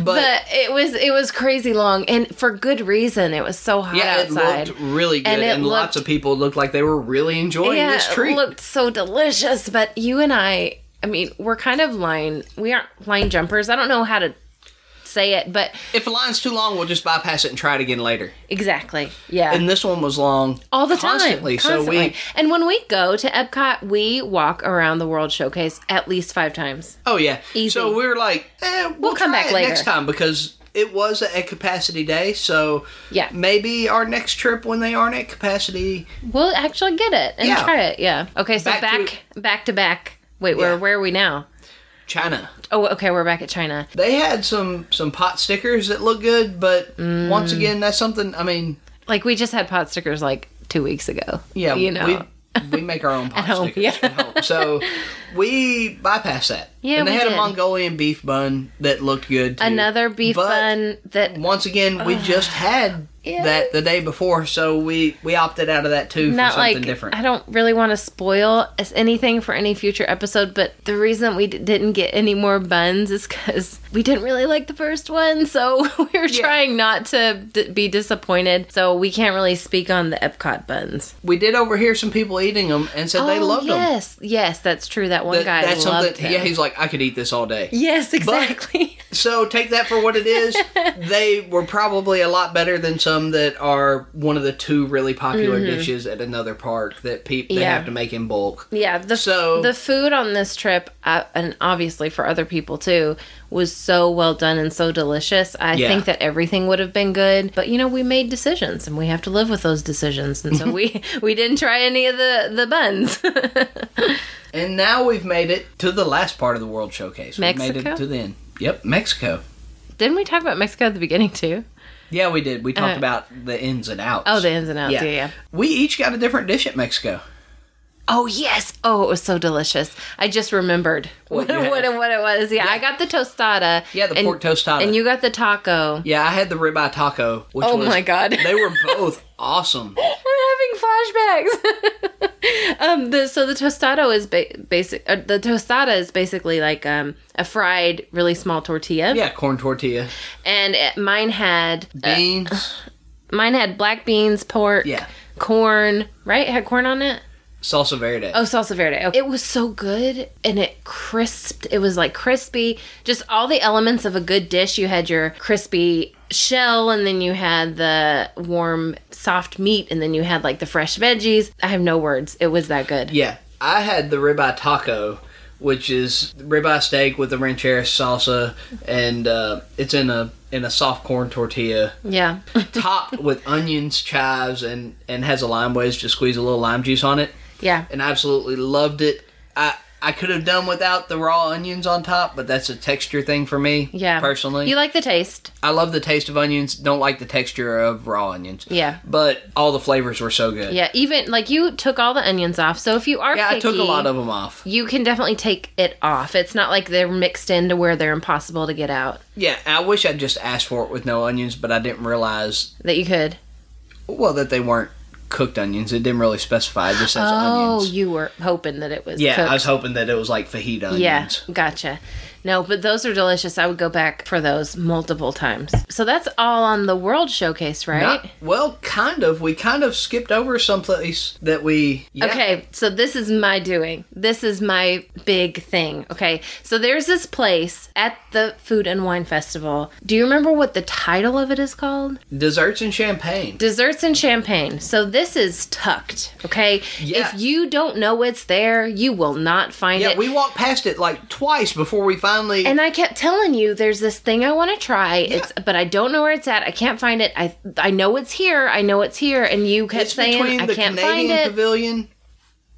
[SPEAKER 1] but it was it was crazy long and for good reason. It was so hot
[SPEAKER 2] yeah, it
[SPEAKER 1] outside.
[SPEAKER 2] looked really good,
[SPEAKER 1] And
[SPEAKER 2] and,
[SPEAKER 1] it
[SPEAKER 2] lots of
[SPEAKER 1] looked-
[SPEAKER 2] people looked like they were really enjoying
[SPEAKER 1] yeah,
[SPEAKER 2] this treat.
[SPEAKER 1] it looked so delicious. But you and I, I mean, we're kind of line. We aren't line jumpers. I don't know how to say it, but
[SPEAKER 2] if a line's too long, we'll just bypass it and try it again later.
[SPEAKER 1] exactly, yeah.
[SPEAKER 2] And this one was long
[SPEAKER 1] all the
[SPEAKER 2] constantly,
[SPEAKER 1] time, constantly.
[SPEAKER 2] So we,
[SPEAKER 1] and when we go to Epcot, we walk around the World Showcase at least five times.
[SPEAKER 2] oh yeah,
[SPEAKER 1] Easy.
[SPEAKER 2] so we were like, eh, we'll,
[SPEAKER 1] We'll come
[SPEAKER 2] try
[SPEAKER 1] back
[SPEAKER 2] it
[SPEAKER 1] later.
[SPEAKER 2] next time because it was at capacity day. So
[SPEAKER 1] Yeah.
[SPEAKER 2] maybe our next trip when they aren't at capacity,
[SPEAKER 1] We'll actually get it and
[SPEAKER 2] Yeah.
[SPEAKER 1] try it. Yeah. Okay. So
[SPEAKER 2] Back
[SPEAKER 1] back,
[SPEAKER 2] to-
[SPEAKER 1] back to, back. Wait, where
[SPEAKER 2] Yeah.
[SPEAKER 1] where are we now?
[SPEAKER 2] China.
[SPEAKER 1] Oh, okay. We're back at China.
[SPEAKER 2] They had some some pot stickers that look good, but
[SPEAKER 1] Mm.
[SPEAKER 2] once again, that's something. I mean,
[SPEAKER 1] Like we just had pot stickers like two weeks ago.
[SPEAKER 2] yeah,
[SPEAKER 1] You know.
[SPEAKER 2] we, we make our own pot
[SPEAKER 1] home,
[SPEAKER 2] stickers
[SPEAKER 1] yeah.
[SPEAKER 2] at home, so we bypassed that.
[SPEAKER 1] Yeah,
[SPEAKER 2] and they
[SPEAKER 1] we
[SPEAKER 2] had a
[SPEAKER 1] did.
[SPEAKER 2] Mongolian beef bun that looked good. Too.
[SPEAKER 1] Another beef
[SPEAKER 2] But
[SPEAKER 1] bun that
[SPEAKER 2] Once again, we just had
[SPEAKER 1] Yeah.
[SPEAKER 2] that the day before, so we we opted out of that too for
[SPEAKER 1] not
[SPEAKER 2] something
[SPEAKER 1] like
[SPEAKER 2] different.
[SPEAKER 1] I don't really want to spoil as- anything for any future episode, but the reason we d- didn't get any more buns is because we didn't really like the first one, so we were trying not to d- be disappointed. So we can't really speak on the Epcot buns.
[SPEAKER 2] we did overhear some people eating them and said they
[SPEAKER 1] Oh,
[SPEAKER 2] loved them.
[SPEAKER 1] yes, yes, that's true. That one guy
[SPEAKER 2] that's
[SPEAKER 1] loved
[SPEAKER 2] something.
[SPEAKER 1] them.
[SPEAKER 2] Yeah, he's like, I could eat this all day.
[SPEAKER 1] yes, exactly.
[SPEAKER 2] So take that for what it is. they were probably a lot better than some that are one of the two really popular dishes at another park that people
[SPEAKER 1] Mm-hmm.
[SPEAKER 2] they
[SPEAKER 1] Yeah.
[SPEAKER 2] have to make in bulk.
[SPEAKER 1] Yeah, the
[SPEAKER 2] So-
[SPEAKER 1] the food on this trip, uh, and obviously for other people too, was so well done and so delicious. I
[SPEAKER 2] Yeah.
[SPEAKER 1] think that everything would have been good, but you know we made decisions, and we have to live with those decisions, and so we we didn't try any of the the buns.
[SPEAKER 2] And now we've made it to the last part of the World Showcase. We made it
[SPEAKER 1] Mexico?
[SPEAKER 2] to the end. Yep, Mexico.
[SPEAKER 1] didn't we talk about Mexico at the beginning too?
[SPEAKER 2] Yeah, we did. We talked
[SPEAKER 1] Uh,
[SPEAKER 2] about the ins and outs.
[SPEAKER 1] Oh, the ins and outs. Yeah. yeah,
[SPEAKER 2] We each got a different dish at Mexico.
[SPEAKER 1] Oh yes. Oh, it was so delicious. I just remembered what
[SPEAKER 2] What you had.
[SPEAKER 1] what, it- what it was. Yeah,
[SPEAKER 2] Yeah.
[SPEAKER 1] I got the tostada.
[SPEAKER 2] Yeah, the
[SPEAKER 1] and-
[SPEAKER 2] pork tostada.
[SPEAKER 1] and you got the taco.
[SPEAKER 2] yeah, I had the ribeye taco. Which
[SPEAKER 1] Oh
[SPEAKER 2] was-
[SPEAKER 1] my God.
[SPEAKER 2] they were both awesome.
[SPEAKER 1] I'm having flashbacks. um, the, so the tostado is ba- basic. Uh, the tostada is basically like um, a fried, really small tortilla,
[SPEAKER 2] Yeah, corn tortilla,
[SPEAKER 1] and it, mine had uh,
[SPEAKER 2] beans.
[SPEAKER 1] mine had black beans, pork,
[SPEAKER 2] Yeah.
[SPEAKER 1] corn. Right, It had corn on it.
[SPEAKER 2] Salsa Verde.
[SPEAKER 1] Oh, salsa verde. Okay. It was so good and it crisped. It was like crispy. Just all the elements of a good dish. You had your crispy shell and then you had the warm soft meat and then you had like the fresh veggies. I have no words. It was that good.
[SPEAKER 2] Yeah, I had the ribeye taco, which is ribeye steak with the ranchera salsa, and uh, it's in a in a soft corn tortilla,
[SPEAKER 1] Yeah.
[SPEAKER 2] topped with onions, chives, and and has a lime wedge to squeeze a little lime juice on it.
[SPEAKER 1] Yeah.
[SPEAKER 2] And I absolutely loved it. I I could have done without the raw onions on top, but that's a texture thing for me.
[SPEAKER 1] Yeah.
[SPEAKER 2] personally,
[SPEAKER 1] You like the taste.
[SPEAKER 2] I love the taste of onions. Don't like the texture of raw onions.
[SPEAKER 1] Yeah.
[SPEAKER 2] but all the flavors were so good.
[SPEAKER 1] Yeah. Even like you took all the onions off. So if you are
[SPEAKER 2] yeah. I took a
[SPEAKER 1] picky,
[SPEAKER 2] lot of them off.
[SPEAKER 1] you can definitely take it off. It's not like they're mixed into where they're impossible to get out.
[SPEAKER 2] Yeah, I wish I'd just asked for it with no onions, but I didn't realize
[SPEAKER 1] That you could.
[SPEAKER 2] well that they weren't cooked onions. It didn't really specify. It just says
[SPEAKER 1] oh,
[SPEAKER 2] onions.
[SPEAKER 1] you were hoping that it was
[SPEAKER 2] Yeah,
[SPEAKER 1] cooked.
[SPEAKER 2] I was hoping that it was like fajita onions.
[SPEAKER 1] Yeah, gotcha. No, but those are delicious. I would go back for those multiple times. So that's all on the World Showcase, right?
[SPEAKER 2] Not- well, kind of. We kind of skipped over someplace that we. Yeah,
[SPEAKER 1] Okay, so this is my doing. This is my big thing. Okay, so there's this place at the Food and Wine Festival. Do you remember what the title of it is called?
[SPEAKER 2] Desserts and champagne.
[SPEAKER 1] Desserts and Champagne. So this is tucked, okay?
[SPEAKER 2] Yeah.
[SPEAKER 1] If you don't know it's there, you will not find
[SPEAKER 2] Yeah,
[SPEAKER 1] it.
[SPEAKER 2] we walked past it like twice before we finally.
[SPEAKER 1] And I kept telling you, there's this thing I want to try. It's but I don't know where it's at. I can't find it. I I know it's here. I know it's here. And you kept
[SPEAKER 2] it's
[SPEAKER 1] saying
[SPEAKER 2] between
[SPEAKER 1] I
[SPEAKER 2] the
[SPEAKER 1] can't
[SPEAKER 2] Canadian
[SPEAKER 1] find it.
[SPEAKER 2] Pavilion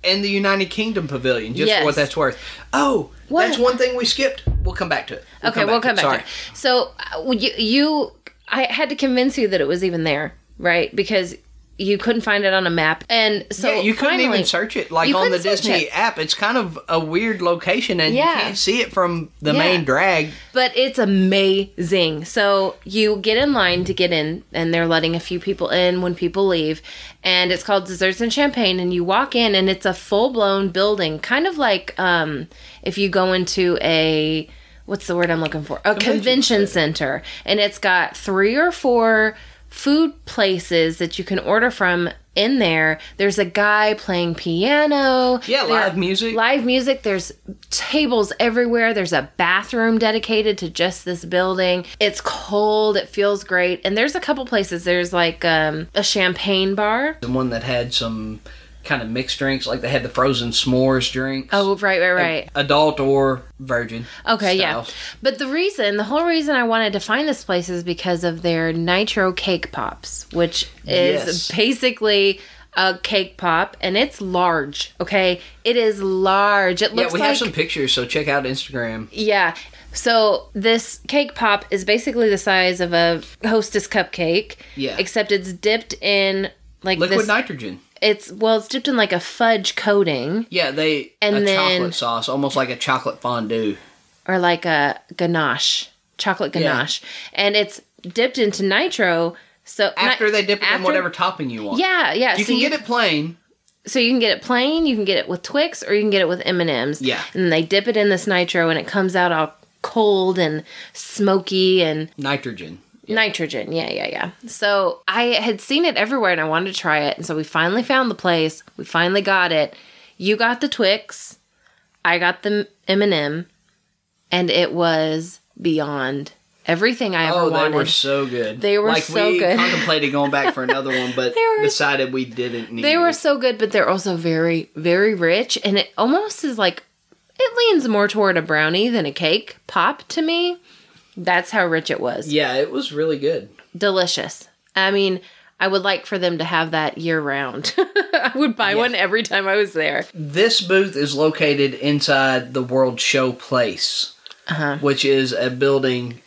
[SPEAKER 2] and the United Kingdom Pavilion, just
[SPEAKER 1] Yes.
[SPEAKER 2] for what that's worth. Oh,
[SPEAKER 1] What?
[SPEAKER 2] that's one thing we skipped. We'll come back to it.
[SPEAKER 1] okay, we'll come back.
[SPEAKER 2] Sorry.
[SPEAKER 1] To it. So uh, you you I had to convince you that it was even there, right? Because you couldn't find it on a map. And so
[SPEAKER 2] yeah, you couldn't
[SPEAKER 1] finally-
[SPEAKER 2] even search it like
[SPEAKER 1] You
[SPEAKER 2] on the
[SPEAKER 1] couldn't search
[SPEAKER 2] Disney
[SPEAKER 1] it.
[SPEAKER 2] app. It's kind of a weird location, and
[SPEAKER 1] Yeah.
[SPEAKER 2] you can't see it from the
[SPEAKER 1] Yeah.
[SPEAKER 2] main drag.
[SPEAKER 1] But it's amazing. So you get in line to get in, and they're letting a few people in when people leave. And it's called Desserts and Champagne. And you walk in, and it's a full blown building, kind of like um, if you go into a what's the word I'm looking for? A convention, center. And it's got three or four food places that you can order from in there. There's a guy playing piano.
[SPEAKER 2] Yeah,
[SPEAKER 1] There-
[SPEAKER 2] live music.
[SPEAKER 1] live music there's tables everywhere there's a bathroom dedicated to just this building it's cold it feels great and there's a couple places there's like um, a champagne bar
[SPEAKER 2] The one that had some kind of mixed drinks, like they had the frozen s'mores drinks.
[SPEAKER 1] oh right right right
[SPEAKER 2] Adult or virgin.
[SPEAKER 1] okay
[SPEAKER 2] styles.
[SPEAKER 1] yeah but the reason the whole reason i wanted to find this place is because of their nitro cake pops which is
[SPEAKER 2] Yes.
[SPEAKER 1] basically a cake pop and it's large okay it is large it
[SPEAKER 2] Yeah,
[SPEAKER 1] looks
[SPEAKER 2] we
[SPEAKER 1] like
[SPEAKER 2] have some pictures, so check out Instagram.
[SPEAKER 1] Yeah. So this cake pop is basically the size of a hostess cupcake.
[SPEAKER 2] Yeah.
[SPEAKER 1] Except it's dipped in like
[SPEAKER 2] Liquid
[SPEAKER 1] this.
[SPEAKER 2] nitrogen.
[SPEAKER 1] it's well, it's dipped in like a fudge coating
[SPEAKER 2] Yeah, they
[SPEAKER 1] And
[SPEAKER 2] a
[SPEAKER 1] then-
[SPEAKER 2] chocolate sauce, almost like a chocolate fondue.
[SPEAKER 1] or like a ganache, chocolate ganache, and it's dipped into nitro. So
[SPEAKER 2] After
[SPEAKER 1] ni-
[SPEAKER 2] they dip it in
[SPEAKER 1] after-
[SPEAKER 2] whatever topping you want.
[SPEAKER 1] Yeah, yeah.
[SPEAKER 2] You
[SPEAKER 1] so
[SPEAKER 2] can
[SPEAKER 1] you
[SPEAKER 2] get it plain.
[SPEAKER 1] so you can get it plain, you can get it with Twix, or you can get it with M and M's.
[SPEAKER 2] Yeah.
[SPEAKER 1] And they dip it in this nitro, and it comes out all cold and smoky and
[SPEAKER 2] Nitrogen.
[SPEAKER 1] Nitrogen, yeah, yeah, yeah. So I had seen it everywhere and I wanted to try it. And so we finally found the place. We finally got it. You got the Twix. I got the M&M. And it was beyond everything I ever
[SPEAKER 2] Oh,
[SPEAKER 1] wanted.
[SPEAKER 2] they were so good.
[SPEAKER 1] They were
[SPEAKER 2] like,
[SPEAKER 1] so
[SPEAKER 2] we
[SPEAKER 1] good.
[SPEAKER 2] contemplated going back for another one, but
[SPEAKER 1] They were-
[SPEAKER 2] decided we didn't need.
[SPEAKER 1] they were
[SPEAKER 2] it.
[SPEAKER 1] so good, but they're also very, very rich. And it almost is like, it leans more toward a brownie than a cake pop to me. That's how rich it was.
[SPEAKER 2] Yeah, it was really good.
[SPEAKER 1] delicious. I mean, I would like for them to have that year round. I would buy one every time I was there.
[SPEAKER 2] This booth is located inside the World Show Place,
[SPEAKER 1] Uh-huh.
[SPEAKER 2] which is a building,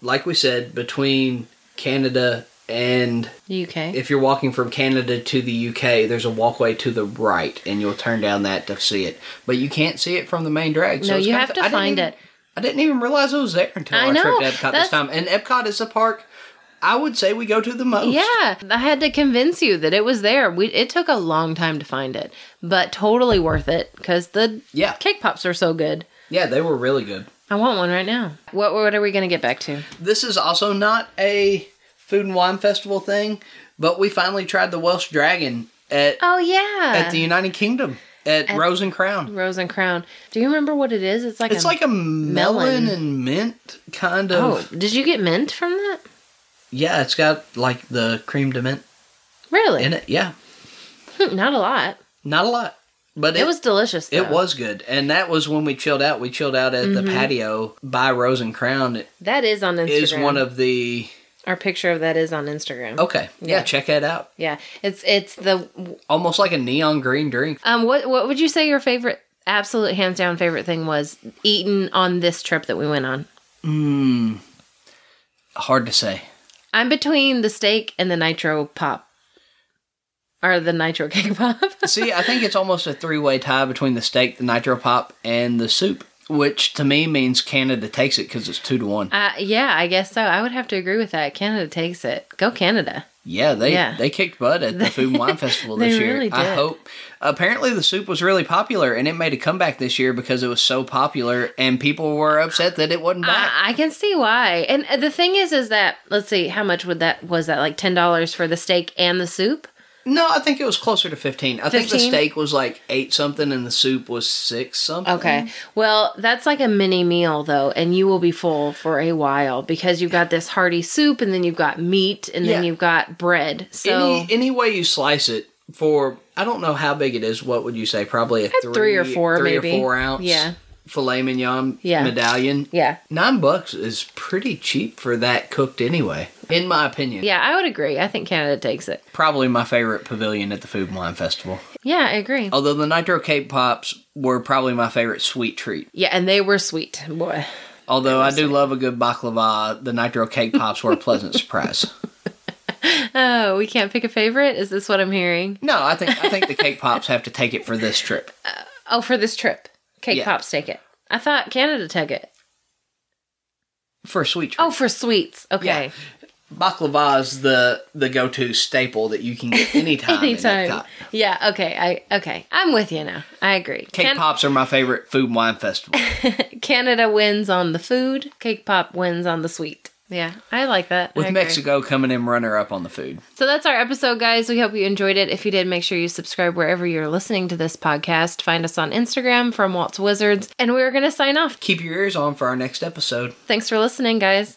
[SPEAKER 2] like we said, between Canada and
[SPEAKER 1] UK.
[SPEAKER 2] if you're walking from Canada to the UK, there's a walkway to the right, and you'll turn down that to see it. But you can't see it from the main drag. So
[SPEAKER 1] no,
[SPEAKER 2] it's
[SPEAKER 1] you
[SPEAKER 2] kind
[SPEAKER 1] have
[SPEAKER 2] of-
[SPEAKER 1] to
[SPEAKER 2] I didn't
[SPEAKER 1] find
[SPEAKER 2] even-
[SPEAKER 1] it.
[SPEAKER 2] I didn't even realize it was there until
[SPEAKER 1] I
[SPEAKER 2] I,
[SPEAKER 1] know,
[SPEAKER 2] tripped Epcot
[SPEAKER 1] that's-
[SPEAKER 2] this time. And Epcot is a park I would say we go to the most.
[SPEAKER 1] Yeah, I had to convince you that it was there. We it took a long time to find it, but totally worth it because the
[SPEAKER 2] Yeah.
[SPEAKER 1] cake pops are so good.
[SPEAKER 2] Yeah, they were really good.
[SPEAKER 1] I want one right now. What what are we gonna get back to?
[SPEAKER 2] This is also not a food and wine festival thing, but we finally tried the Welsh Dragon at
[SPEAKER 1] Oh yeah.
[SPEAKER 2] at the United Kingdom at,
[SPEAKER 1] At-
[SPEAKER 2] Rose and Crown.
[SPEAKER 1] Rose and Crown. Do you remember what it is? It's like
[SPEAKER 2] It's
[SPEAKER 1] a,
[SPEAKER 2] like a melon,
[SPEAKER 1] melon.
[SPEAKER 2] and mint kind
[SPEAKER 1] oh,
[SPEAKER 2] of.
[SPEAKER 1] did you get mint from that?
[SPEAKER 2] Yeah, it's got like the cream de mint
[SPEAKER 1] Really?
[SPEAKER 2] in it. Yeah,
[SPEAKER 1] Not a lot.
[SPEAKER 2] not a lot, but
[SPEAKER 1] It, was delicious. Though.
[SPEAKER 2] It was good, and that was when we chilled out. We chilled out at
[SPEAKER 1] Mm-hmm.
[SPEAKER 2] the patio by Rose and Crown. It
[SPEAKER 1] That is on Instagram.
[SPEAKER 2] is one of the
[SPEAKER 1] our picture of that is on Instagram.
[SPEAKER 2] okay. Yeah,
[SPEAKER 1] Yeah.
[SPEAKER 2] check it out.
[SPEAKER 1] Yeah, it's it's the
[SPEAKER 2] Almost like a neon green drink.
[SPEAKER 1] um. What what would you say your favorite, absolute hands down favorite thing was eaten on this trip that we went on?
[SPEAKER 2] Hmm, hard to say.
[SPEAKER 1] I'm between the steak and the nitro pop, or the nitro cake pop.
[SPEAKER 2] See, I think it's almost a three way tie between the steak, the nitro pop, and the soup, which to me means Canada takes it because it's two to one.
[SPEAKER 1] uh, yeah, I guess so. I would have to agree with that. Canada takes it. Go Canada.
[SPEAKER 2] Yeah, they
[SPEAKER 1] Yeah.
[SPEAKER 2] they kicked butt at the Food and Wine Festival
[SPEAKER 1] They
[SPEAKER 2] this year.
[SPEAKER 1] really
[SPEAKER 2] I
[SPEAKER 1] did.
[SPEAKER 2] hope. Apparently, the soup was really popular, and it made a comeback this year because it was so popular, and people were upset that it wasn't back.
[SPEAKER 1] I, I can see why. And uh, the thing is, is that let's see, how much would that was that like ten dollars for the steak and the soup?
[SPEAKER 2] no, I think it was closer to fifteen. I think the
[SPEAKER 1] 15?
[SPEAKER 2] steak was like eight something, and the soup was six something.
[SPEAKER 1] Okay. Well, that's like a mini meal though, and you will be full for a while because you've got this hearty soup and then you've got meat and then
[SPEAKER 2] Yeah.
[SPEAKER 1] you've got bread. So
[SPEAKER 2] Any any way you slice it for I don't know how big it is. What would you say? Probably a three,
[SPEAKER 1] three or four,
[SPEAKER 2] three
[SPEAKER 1] maybe.
[SPEAKER 2] or four ounce.
[SPEAKER 1] Yeah.
[SPEAKER 2] Filet mignon
[SPEAKER 1] Yeah.
[SPEAKER 2] medallion.
[SPEAKER 1] yeah.
[SPEAKER 2] Nine bucks is pretty cheap for that cooked anyway, in my opinion.
[SPEAKER 1] Yeah, I would agree. I think Canada takes it.
[SPEAKER 2] probably my favorite pavilion at the Food and Wine Festival.
[SPEAKER 1] Yeah, I agree.
[SPEAKER 2] Although the Nitro Cake Pops were probably my favorite sweet treat.
[SPEAKER 1] Yeah, and they were sweet. Boy.
[SPEAKER 2] Although I do love a good baklava, the Nitro Cake Pops were a pleasant surprise.
[SPEAKER 1] Oh, we can't pick a favorite? Is this what I'm hearing?
[SPEAKER 2] No, I think I think the cake pops have to take it for this trip.
[SPEAKER 1] Oh, for this trip. Cake
[SPEAKER 2] Yeah.
[SPEAKER 1] Pops take it. I thought Canada took it.
[SPEAKER 2] For a sweet treat.
[SPEAKER 1] Oh, for sweets. Okay.
[SPEAKER 2] Baklava is the, the go to staple that you can get anytime. anytime.
[SPEAKER 1] Anytime. Yeah, okay. I okay. I'm with you now. I agree.
[SPEAKER 2] Cake
[SPEAKER 1] Can-
[SPEAKER 2] pops are my favorite food and wine festival.
[SPEAKER 1] Canada wins on the food, cake pop wins on the sweet. Yeah, I like that. I
[SPEAKER 2] With
[SPEAKER 1] agree.
[SPEAKER 2] Mexico coming in runner up on the food.
[SPEAKER 1] So that's our episode, guys. We hope you enjoyed it. If you did, make sure you subscribe wherever you're listening to this podcast. Find us on Instagram from Walt's Wizards. And we're going to sign off.
[SPEAKER 2] Keep your ears on for our next episode.
[SPEAKER 1] Thanks for listening, guys.